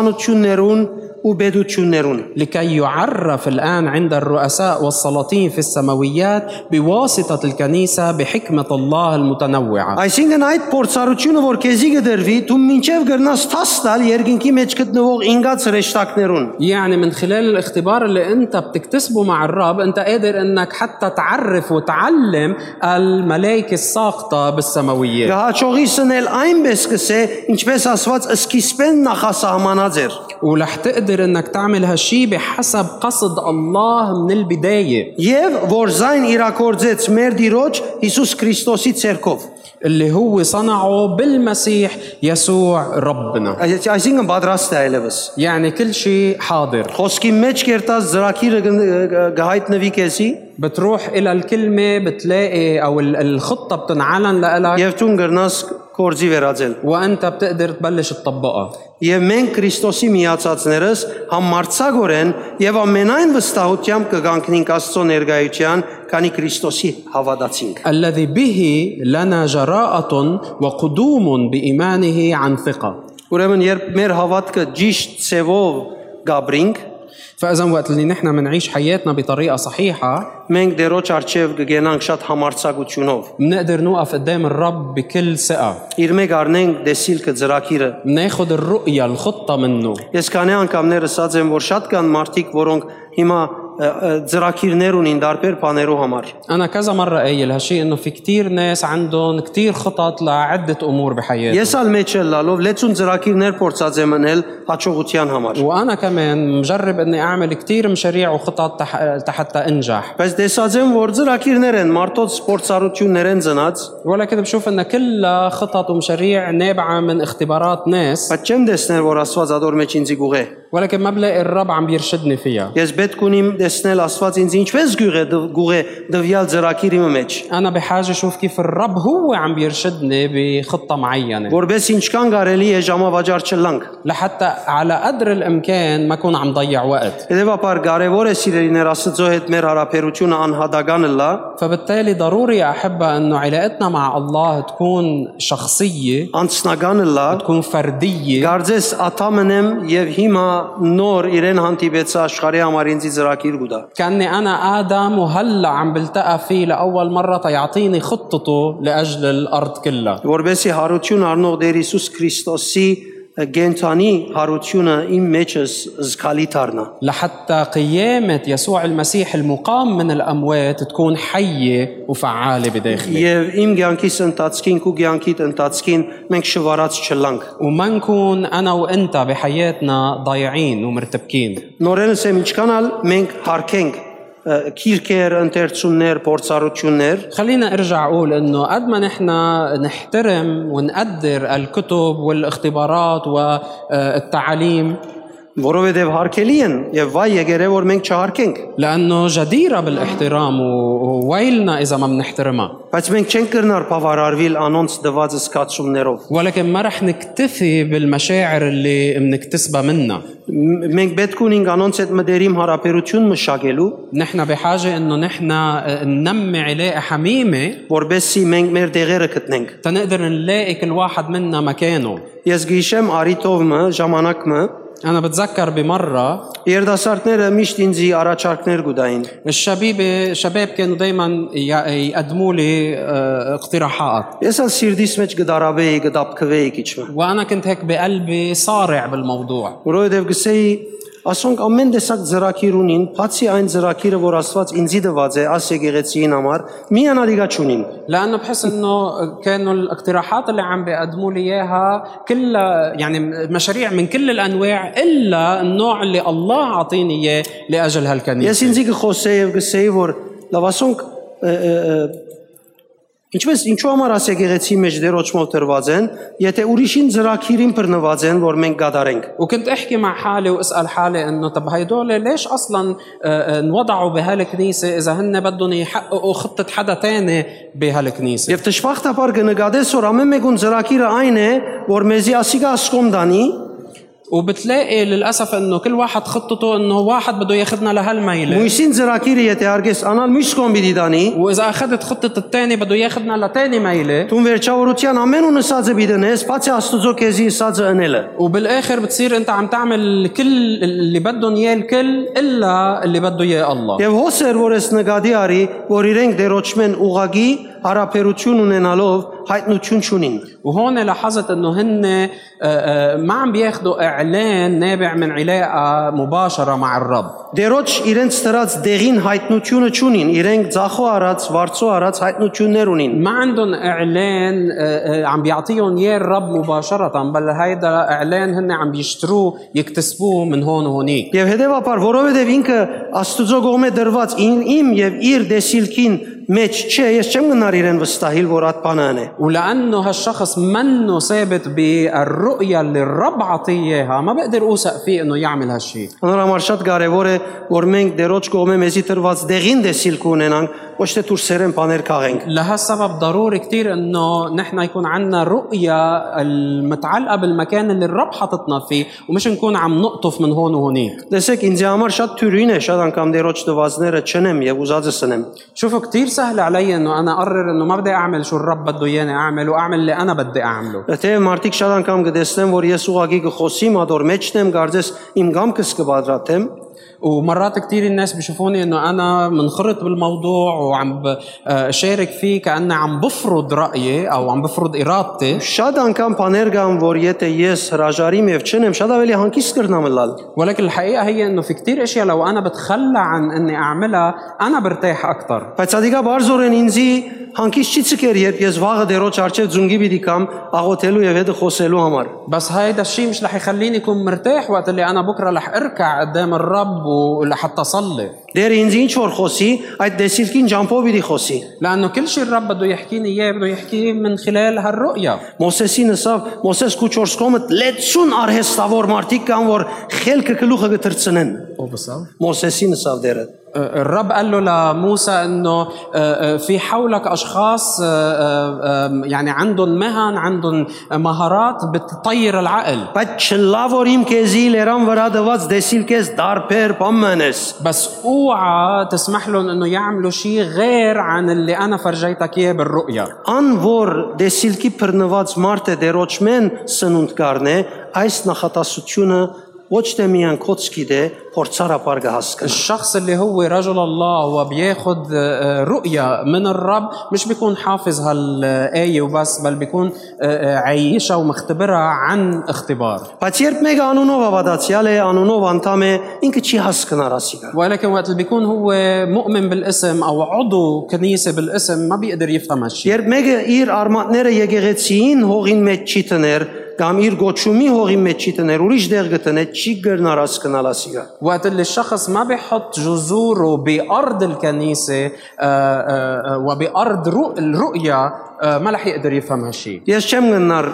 իշխանություններուն ու բեդություններուն։
لكي يعرف الآن عند الرؤساء والسلاطين في السماويات بواسطة الكنيسة بحكمة الله المتنوعة
Այսինքն այդ փորձառությունը, որ քեզի գդրվի, դու մինչև գրնաս տաստալ երկինքի մեջ գտնվող ինգած հրեշտակներուն։
يعني من خلال الاختبار اللي انت بتكتسبه مع الرب انت قادر انك حتى تعرف وتعلم الملائكة الساقطة بالسماويات
Գահաճողիսն էլ այնպես կսե, ինչպես ասված սկիզբեն նախասահմանած էր։
ورح تقدر انك تعمل هالشي بحسب قصد الله من البدايه
Եվ որ զայն իրակորձեց մեր Տիրոջ Հիսուս Քրիստոսի ցերկով։
اللي هو صنعه بالمسيح يسوع ربنا
Այս- Այսինքն պատրաստ է այլևս։
يعني كل شيء حاضر
Խոսքի մեջ կերտած ծրակիրը գահիտնվի քեզի
بتروح إلى الكلمة بتلاقي أو ال- الخطة بتنعلن لإلك
եւ դու գրնաս կորձի վերածել։
وأنت بتقدر تبلش تطبقها
Եվ մենք Քրիստոսի միացածներս համարցակորեն եւ ամենայն վստահությամբ կգանքնենք Աստծո ներկայության, քանի Քրիստոսի հավատացինք։
الذي به لنا جراءة وقدوم بإيمانه عن ثقة
Ուրեմն երբ մեր հավատքը ճիշտ ցևով գաբրինք,
فاذا وقت اللي نحن بنعيش حياتنا بطريقه صحيحه
մենք դերոջ արչև կգենանք շատ համարցակությունով։
بنقدر نوقف قدام الرب بكل ثقه
Իր մեկ առնենք դեսիլքը ծրակիրը։
بناخذ الرؤيه الخطه منه
Ես քանի անգամներ ասած եմ, որ շատ կան մարդիկ, որոնք հիմա ը, ը, ծրակիրներ ունին դարբեր բաներու համար։
انا كذا مره قايل هالشيء انه في كتير ناس عندهم كتير خطط لعده امور بحياتهم
Ես ալ մեջ էլ լալով լեցուն ծրակիրներ փորձած եմ անել հաջողության համար։
وانا كمان مجرب اني اعمل كتير مشاريع وخطط تح- حتى انجح
Բայց տեսած եմ, որ ծրակիրներ են մարդոց սպորտսարություններ են ծնած,
ولكن بشوف انها كلها خطط ومشاريع نابعه من اختبارات ناس
բայց չեմ տեսնել, որ Աստված ադոր մեջ ինձ գուղե։
ولكن ما بلاقي الرب عم بيرشدني فيها
Ես պետք ունիմ տեսնել Աստված ինձ ինչպես գուղե դվ- գուղե դվյալ ծրակիրի մեջ,
انا بحاجه اشوف كيف الرب هو عم بيرشدني بخطه معينه
որբես ինչքան կարելի է ժամավաճառ չլանք։
لحتى على قدر الامكان ما اكون عم ضيع وقت
Հետևաբար կարևոր է սիրելիներ Աստծո հետ մեր հարաբերությունը անհատականը լա,
فبالتالي ضروري يا احبه انه علاقتنا مع الله تكون شخصيه
անձնականը լա,
تكون فرديه
Գարձես աթամնեմ եւ հիմա նոր իրեն հանդիպեցա աշխարհի համար ինձի ծրակիր գուտա։
كاني انا ادم وهلا عم بلتقى فيه لاول مره تيعطيني خطته لاجل الارض كلها
Որբեսի հարություն առնող Տեր Հիսուս Քրիստոսի գենթանի հարությունը իմ մեջս զգալի դառնա։
لحتى قيامه يسوع المسيح المقام من الاموات تكون حيه وفعاله بداخلي
Եվ իմ ցանկիս ընտածքին ու ցանկիդ ընտածքին մենք շվարած չլանք։
وما نكون انا وانت بحياتنا ضايعين ومرتبكين
Նորենս եմ ինչքանալ մենք հարկենք ը, քիրքեր, ընթերցումներ, փորձառություններ
خلينا ارجع اقول انه قد ما نحن نحترم ونقدر الكتب والاختبارات والتعاليم
որովհետև հարկելի են եւ վայ եկերե որ մենք չհարկենք
لانه جديره بالاحترام و- وويلنا اذا ما بنحترمها
բայց մենք չենք կրնար բավարարվել անոնց դված սկացումներով
ولكن ما رح نكتفي بالمشاعر اللي بنكتسبها منها
Մ- մենք պետք ունենք անոնց այդ մտերիմ հարաբերություն մշակելու
نحن بحاجة انه نحن آه، ننمي علاقة حميمة
որբեսի մենք մեր դեղերը գտնենք
تنقدر نلاقي كل واحد منا مكانه
ես գիշեմ արիտովը ժամանակը
انا بتذكر بمرة
երդասարտները միշտ ինձի առաջարկներ գուտային
الشبيبة الشباب كانوا دايما يقدموا لي آه، اقتراحات
ես ալ սիրտիս մեջ գդարաբեի գդապքվեի քիչը
وانا كنت هيك بقلبي صارع بالموضوع
որովհետև գսեի ասոնք ամեն տեսակ ծրակիր ունին բացի այն ծրակիրը որ Աստված ինձի դված է աս եկեղեցիին համար միանալիգա չունին
لانه بحس انه كانوا الاقتراحات اللي عم بيقدموا لي اياها كلها يعني مشاريع من كل الانواع الا النوع اللي الله عطيني اياه لاجل
Ես
هالكنيسه
ինձ գխոսեի եւ գսեի որ լավ ասոնք ը, ը, ը, ինչպես ինչու համար աս եկեղեցի մեջ դերոճմով դրված են, եթե ուրիշին ծրակիրին բռնված են, որ մենք գադարենք։
وكنت احكي مع حالي واسال حالي انه طب هيدول ليش اصلا آه، آه، انوضعوا بهالكنيسه اذا هن بدهم يحققوا خطه حدا تاني بهالكنيسه
Եվ դժվախտաբար կնկատես, որ ամեն մեկուն ծրակիրը այն է, որ մեզի ասիկա ասկոմ դանի,
وبتلاقي للاسف انه كل واحد خطته انه واحد بده ياخذنا لهالميله
մույսին ծրակիրը եթե արգես անալ մույս կոմ պիտի դանի,
واذا اخذت خطه الثاني بده ياخذنا لتاني ميله
դու վերջավորության ամեն ու նսածը բիդնես, բացի Աստուծո քեզի նսածը ընելը։
وبالاخر بتصير انت عم تعمل كل اللي بدهم اياه الكل الا اللي بده اياه الله
Եվ հոս էր որ ես նկատի արի, որ իրենք դերոճմեն ուղագի հարաբերություն ունենալով հայտնություն չունին։
وهون لاحظت انه هن آه، آه، ما عم بياخذوا اعلان نابع من علاقه مباشره مع الرب
Դերոջ իրենց դրած դեղին հայտնությունը ճունին, իրենք ցախո արած, վարծո արած հայտնություններ ունին։
ما عندهم اعلان آه، آه، عم بيعطيهم اياه الرب مباشره بل هيدا اعلان هن عم بيشتروه يكتسبوه من هون وهونيك
Եվ հետևաբար, որովհետև ինքը Աստուծո կողմէ դրված ին- իմ եւ իր դեսիլքին մեջ չէ, ես չեմ գնար իրեն վստահիլ, որ այդ բանը անե։
ولانه هالشخص منه ثابت بالرؤيه اللي الرب عطيه اياها ما بقدر اوثق فيه انه يعمل هالشيء
Անոր համար շատ կարևոր է, որ մենք դերոջ կողմէ մեզի դրված դեղին դեսիլք ունենանք, ոչ թե դուրսերեն բաներ քաղենք։
لهالسبب ضروري كتير انه نحن يكون عندنا رؤية المتعلقة بالمكان اللي الرب حاططنا فيه ومش نكون عم نقطف من هون وهونيك
Տեսեք, ինձ համար շատ թյուրին է, շատ անգամ դերոջ դվածները չնեմ եւ ուզածս ընեմ։
شوفوا كتير سهل علي انه انا اقرر انه ما بدي اعمل شو الرب بده اياني اعمل واعمل اللي انا بدي اعمله
Եթե մարդիկ շատ անգամ գտեսնեմ, որ ես ուղակի գխոսիմ, ադոր մեջն եմ, կարծես իմ գամքս կբադրաթեմ,
ومرات كثير الناس بيشوفوني انه انا منخرط بالموضوع وعم بشارك فيه كاني عم بفرض رايي او عم بفرض ارادتي
Շատ անգամ բաներ կան, որ եթե ես հրաժարիմ եւ չնեմ, շատ ավելի հանկիստ կրնամ լալ։
ولكن الحقيقه هي انه في كثير اشياء لو انا بتخلى عن اني اعملها انا برتاح اكثر
Բայց ադիկա բարձորեն ինձի հանկիստ չի ցկեր, երբ ես վաղը դերոջ արջև ձունգի պիտի կամ աղոթելու եւ հետը խոսելու համար։
بس هيدا الشيء مش رح يخليني اكون مرتاح وقت اللي انا بكره رح اركع قدام الرب ولحتى اصلي
Դեր ինձ ինչ որ խոսի, այդ դեսիլքին ջամփով պիտի խոսի։
لانه كل شيء الرب بده يحكيني اياه بده يحكيه من خلال هالرؤيه
Մոսեսին ասավ, Մոսես քու 4 կոմը 60 արհեստավոր մարդիկ կան, որ խելքը գլուխը կտրցնեն։ Մոսեսին ասավ դերը։
الرب قال له لموسى انه آه، آه، في حولك اشخاص آه، آه، آم، يعني عندهم مهن عندهم مهارات بتطير العقل
Բայց չլա որ իմ քեզի լերան վրա դված դեսիլքես դարբեր բամենես։
بس اوعى تسمح لهم انه يعملوا شيء غير عن اللي انا فرجيتك اياه بالرؤيه
Ան որ դեսիլքի բռնված մարդը դերոճմեն սնունդ կառնե, այս նախատասությունը ոչ թե միայն կոչքի դե փորձարապար կհասկանա։
الشخص اللي هو رجل الله وبياخد آه، رؤية من الرب مش بيكون حافظ هالآية وبس بل بيكون آه، آه، عايشها ومختبرها عن اختبار
Բայց երբ մեկը անունով ավադացյալ է, անունով անդամ է, ինքը չի հասկանար ասիկա։
ولكن وقت اللي بيكون هو مؤمن بالاسم او عضو كنيسه بالاسم ما بيقدر يفهم هالشيء
Երբ մեկը իր արմատները եկեղեցիին հողին մեջ չի տներ, կամ իր գոչումի հողի մեջ չի տներ, ուրիշ դեղ գտնե, չի գրնար հասկանալ ասիկա։
وقت اللي الشخص ما بيحط جذوره بارض الكنيسه آه، آه، آه، وبارض رؤ- الرؤيه آه، ما رح يقدر يفهم هالشيء
Ես չեմ գնար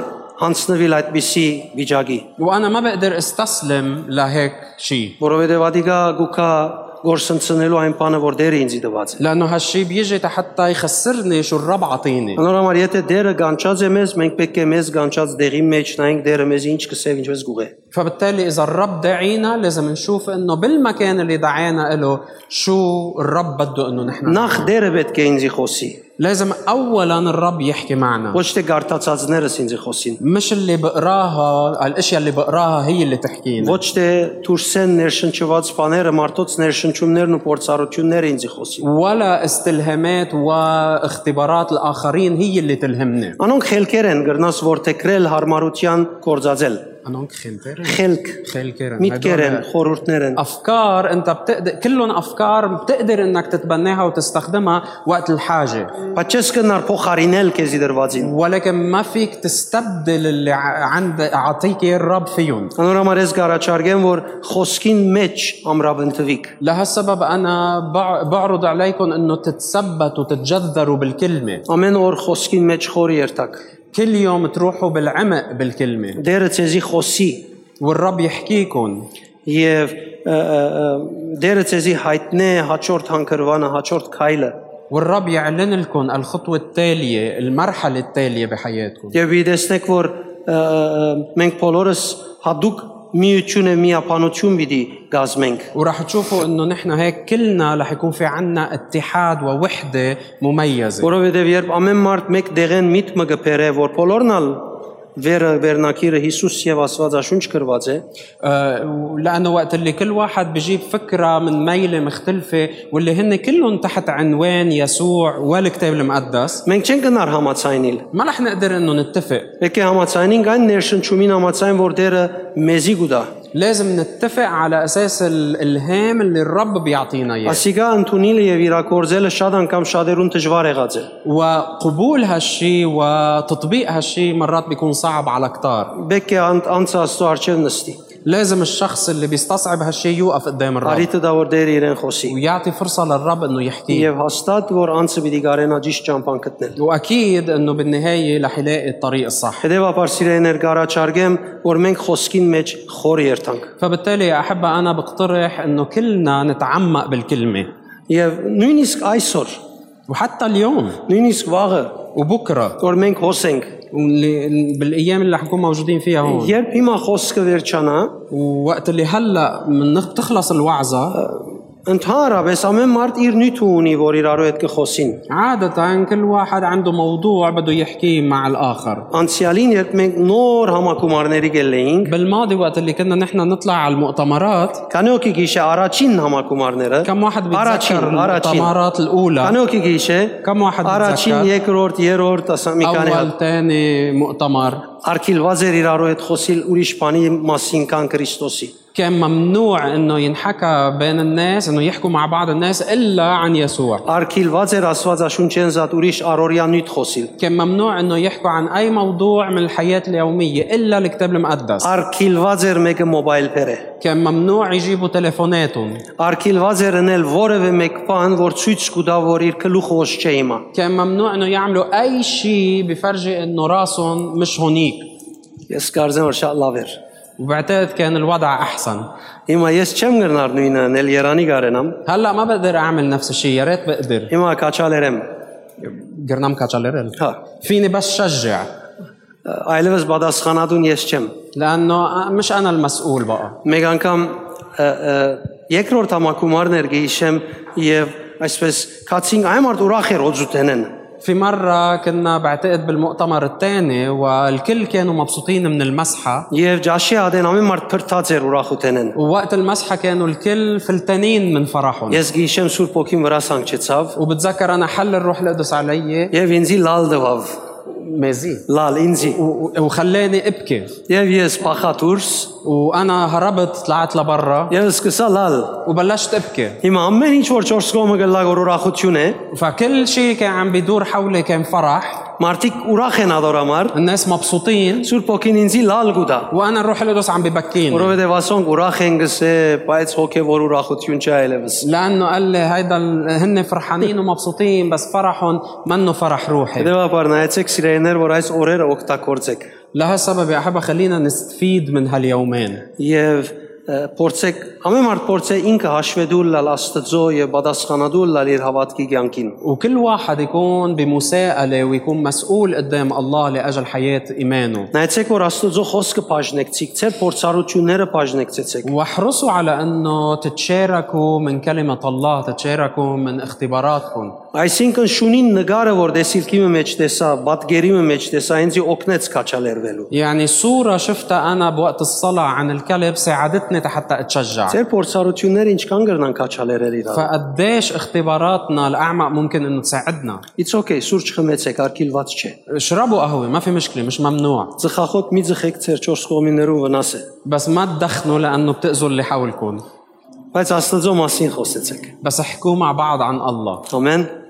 հանցնվել այդպիսի վիճակի,
وانا ما بقدر استسلم لهيك شيء
որովհետև ադիկա գուքա գործընծնելու այն բանը, որ դերը ինձ դված է։
لانه هالشيء بيجي حتى يخسرني شو الرب عطيني
Անոր համար եթե դերը գանչած է մեզ, մենք պետք է մեզ գանչած դեղի մեջ նայենք դերը մեզ ինչ կսև, ինչպես գուղե։
فبالتالي اذا الرب داعينا لازم نشوف انه بالمكان اللي دعانا له شو الرب بده انه نحن
Նախ դերը պետք է ինձ խոսի,
لازم اولا الرب يحكي معنا
ոչ թե գարտացածներս ինձ խոսին,
مش اللي بقراها الاشياء اللي بقراها هي اللي تحكينا
ոչ թե դուրսեն ներշնչված բաները, մարդոց ներշնչումներն ու փորձառությունները ինձ խոսին։
ولا استلهامات واختبارات الاخرين هي اللي تلهمنا
Անոնք խելքեր են գրնաս որթեքրել հարմարության գործածել։
هنونك خنتر
Խելք,
خيل
միտքեր են, խորհուրդներ են։
افكار انت بتقدر كلهم افكار بتقدر انك تتبناها وتستخدمها وقت الحاجه
Բայց չես կնար փոխարինել քեզի դրվածին։
ولكن ما فيك تستبدل اللي ع- عند اعطيك إياه الرب فيهم
Անոր համար ես գարաչարգեմ, որ խոսքին մեջ ամրաբնտվիկ։
لهالسبب انا بع- بعرض عليكم انه تتثبتوا تتجذروا بالكلمه
Ամեն օր խոսքին մեջ խորի երթակ։
كل يوم تروحوا بالعمق بالكلمه
Դերը ցեզի խոսի
والرب يحكيكم
եւ ը, ը, ը, դերը ցեզի հայտնե հաջորդ հանգրվանը, հաջորդ քայլը։
والرب يعلن لكم الخطوه التاليه المرحله التاليه بحياتكم
Եվ ի դեսնեք, որ ը, ը, մենք բոլորս հadouk միությունը միապանություն պիտի գազմենք։
وراح تشوفوا انه نحن هيك كلنا رح يكون في عنا اتحاد ووحده مميزه
Որովհետեւ երբ ամեն մարդ մեկ դեղեն միտքը գբերե, որ բոլորնալ վերը վերնակիրը Հիսուս եւ Աստվածաշունչ գրված է,
آه لانه وقت اللي كل واحد بجيب فكره من ميله مختلفه واللي هن كلهم تحت عنوان يسوع والكتاب المقدس
Մենք չենք գնար համացայնիլ։
ما رح نقدر انه نتفق
Պետք է համացայնինք այն ներշնչումին համացայն, որ դերը մեզի գուտա։
لازم نتفق على اساس الالهام اللي الرب بيعطينا اياه
Ասիկա ընդունիլը եւ իրակորձելը շատ անգամ շատերուն դժվար եղած է։
وقبول هالشي وتطبيق هالشي مرات بيكون صعب على كتار
Պետք է անց- անցը աստու արջև նստի։
لازم الشخص اللي بيستصعب هالشي يوقف قدام الرب
Արիտը դա որ դերը իրեն խոսի։
ويعطي فرصه للرب انه يحكيه
Եվ հաստատ որ անցը պիտի գարենա ճիշտ ճամփան գտնել։
واكيد انه بالنهايه رح يلاقي الطريق الصح
Հետևաբար սիրեներ գարաչարգեմ, որ մենք խոսքին մեջ խոր երթանք։
فبالتالي يا أحبة أنا بقترح أنه كلنا نتعمق بالكلمة
Եվ նույնիսկ այսօր,
وحتى اليوم
նույնիսկ վաղը,
وبكرة
որ մենք հոսենք,
واللي- بالأيام اللي رح نكون موجودين فيها هون
երբ հիմա խոսքը վերջանա,
ووقت اللي هلأ من بتخلص الوعظة
Ընդհանրապես ամեն մարդ իր նյութը ունի, որ իրարու հետ կխոսին։
عادة كل واحد عنده موضوع بده يحكيه مع الآخر
Անցյալին, երբ մենք նոր համակոմարների գելեինք,
بالماضي وقت اللي كنا نحن نطلع على المؤتمرات
քանի օքի գիշե առաջին համակոմարները,
كم واحد بيتذكر
առաջին, առաջին,
المؤتمرات الأولى
քանի օքի գիշե,
كم واحد
առաջին,
بيتذكر
երկրորդ, երրորդ, ասա մի քանի հատ
أول ثاني مؤتمر
արքիլված էր իրարու հետ խոսիլ ուրիշ բանի մասին կան Քրիստոսի։
كان ممنوع انه ينحكى بين الناس انه يحكوا مع بعض الناس الا عن يسوع
Արքիլված էր Աստվածաշունչեն զատ ուրիշ առօրյա նյութ խոսիլ։
كان ممنوع انه يحكوا عن اي موضوع من الحياه اليوميه الا الكتاب المقدس
Արքիլված էր մեկը մոբայլ փերը։
كان ممنوع يجيبوا تليفوناتهم
Արքիլված էր ընել որևէ մեկ բան, որ ցույց կտա, որ իր գլուխը ոչ չէ իմա։
كان ممنوع انه يعملوا اي شيء بفرجي انه راسهم مش هونيك
Ես կարծեմ որ շատ լավ էր։
وبعتقد كان الوضع احسن
Հիմա ես չեմ գրնար նույնը ընել Երանի գարենամ։
هلا ما بقدر اعمل نفس الشيء يا ريت بقدر
Հիմա կաչալերեմ։
جرنام كاتشاليرل
Հա։
فيني بس شجع
Այլևս պատասխանատուն ես չեմ։
لانه مش انا المسؤول بقى
Մեկ անգամ ը, ը, երկրորդ համակոմարներ գիշեմ եւ այսպես քացին այ մարդ ուրախ էր օծուտենեն։
في مرة كنا بعتقد بالمؤتمر الثاني والكل كانوا مبسوطين من المسحة
Եվ ջաշի ադեն ամեն մարդ փրթած էր ուրախութենեն։
ووقت المسحة كانوا الكل فلتانين من فرحهم
Ես գիշեմ Սուրբ ոգին վրա սանջեցավ
وبتذكر أنا حل الروح القدس علي
եւ ինձի լալ դվավ։
مازي
Լալ ինձի։
وخلاني أبكي
Եվ ես փախաթուրս
وأنا هربت طلعت لبرا
եւ սկսա լալ։
وبلشت أبكي
Հիմա ամեն ինչ որ 4 կողմը գլա որ ուրախություն է,
فكل شيء كان عم بيدور حولي كان فرح
մարդիկ ուրախ են ադորամար,
الناس مبسوطين
Սուրբ ոգին ինձի լալ գուտա։
وأنا الروح القدس عم ببكيني
Որովհետեւ ասոնք ուրախ են գսե, բայց հոգեոր ուրախություն չի այլևս։
لأنه قال لي هيدا ال- هن فرحانين ومبسوطين بس فرحهم منه فرح روحي
Հետևաբար նայեցեք սիրայեներ, որ այս օրերը օգտագործեք
لهالسبب يا أحبة خلينا نستفيد من هاليومين
եւ ը, փորձեք ամեն մարդ փորձե ինքը հաշվետու լալ Աստծո եւ պատասխանատու լալ իր հավատքի կյանքին։
وكل واحد يكون بمساءلة ويكون مسؤول قدام الله لأجل حياة إيمانه
Նայեցեք, որ Աստծո խոսքը բաժնեկցիկ, ցեր փորձառությունները բաժնեկցեցեք։
واحرصوا على أنه تتشاركوا من كلمة الله تتشاركوا من اختباراتكم
Այսինքն շունին նկարը, որ դեսիլքի մեջ տեսա, բատգերի մեջ տեսա, ինձ օգնեց քաչալերվելու։
يعني صورة شفتها أنا بوقت الصلاة عن الكلب ساعدتني حتى أتشجع
Ձեր փորձառությունները ինչքան գրնան քաչալերել իրար։
فقديش اختباراتنا الأعمق ممكن أنه تساعدنا
It's okay, սուրճ խմեցեք, արկիլված չէ։
اشربوا قهوة ما في مشكلة مش ممنوع
Ձխախոտ մի ձխեք ձեր 4 կողմիներուն վնաս է։
بس ما تدخنوا لأنه بتأذوا اللي حولكم
Բայց Աստծո մասին խոսեցեք։
بس احكوا مع بعض عن الله
Ամեն։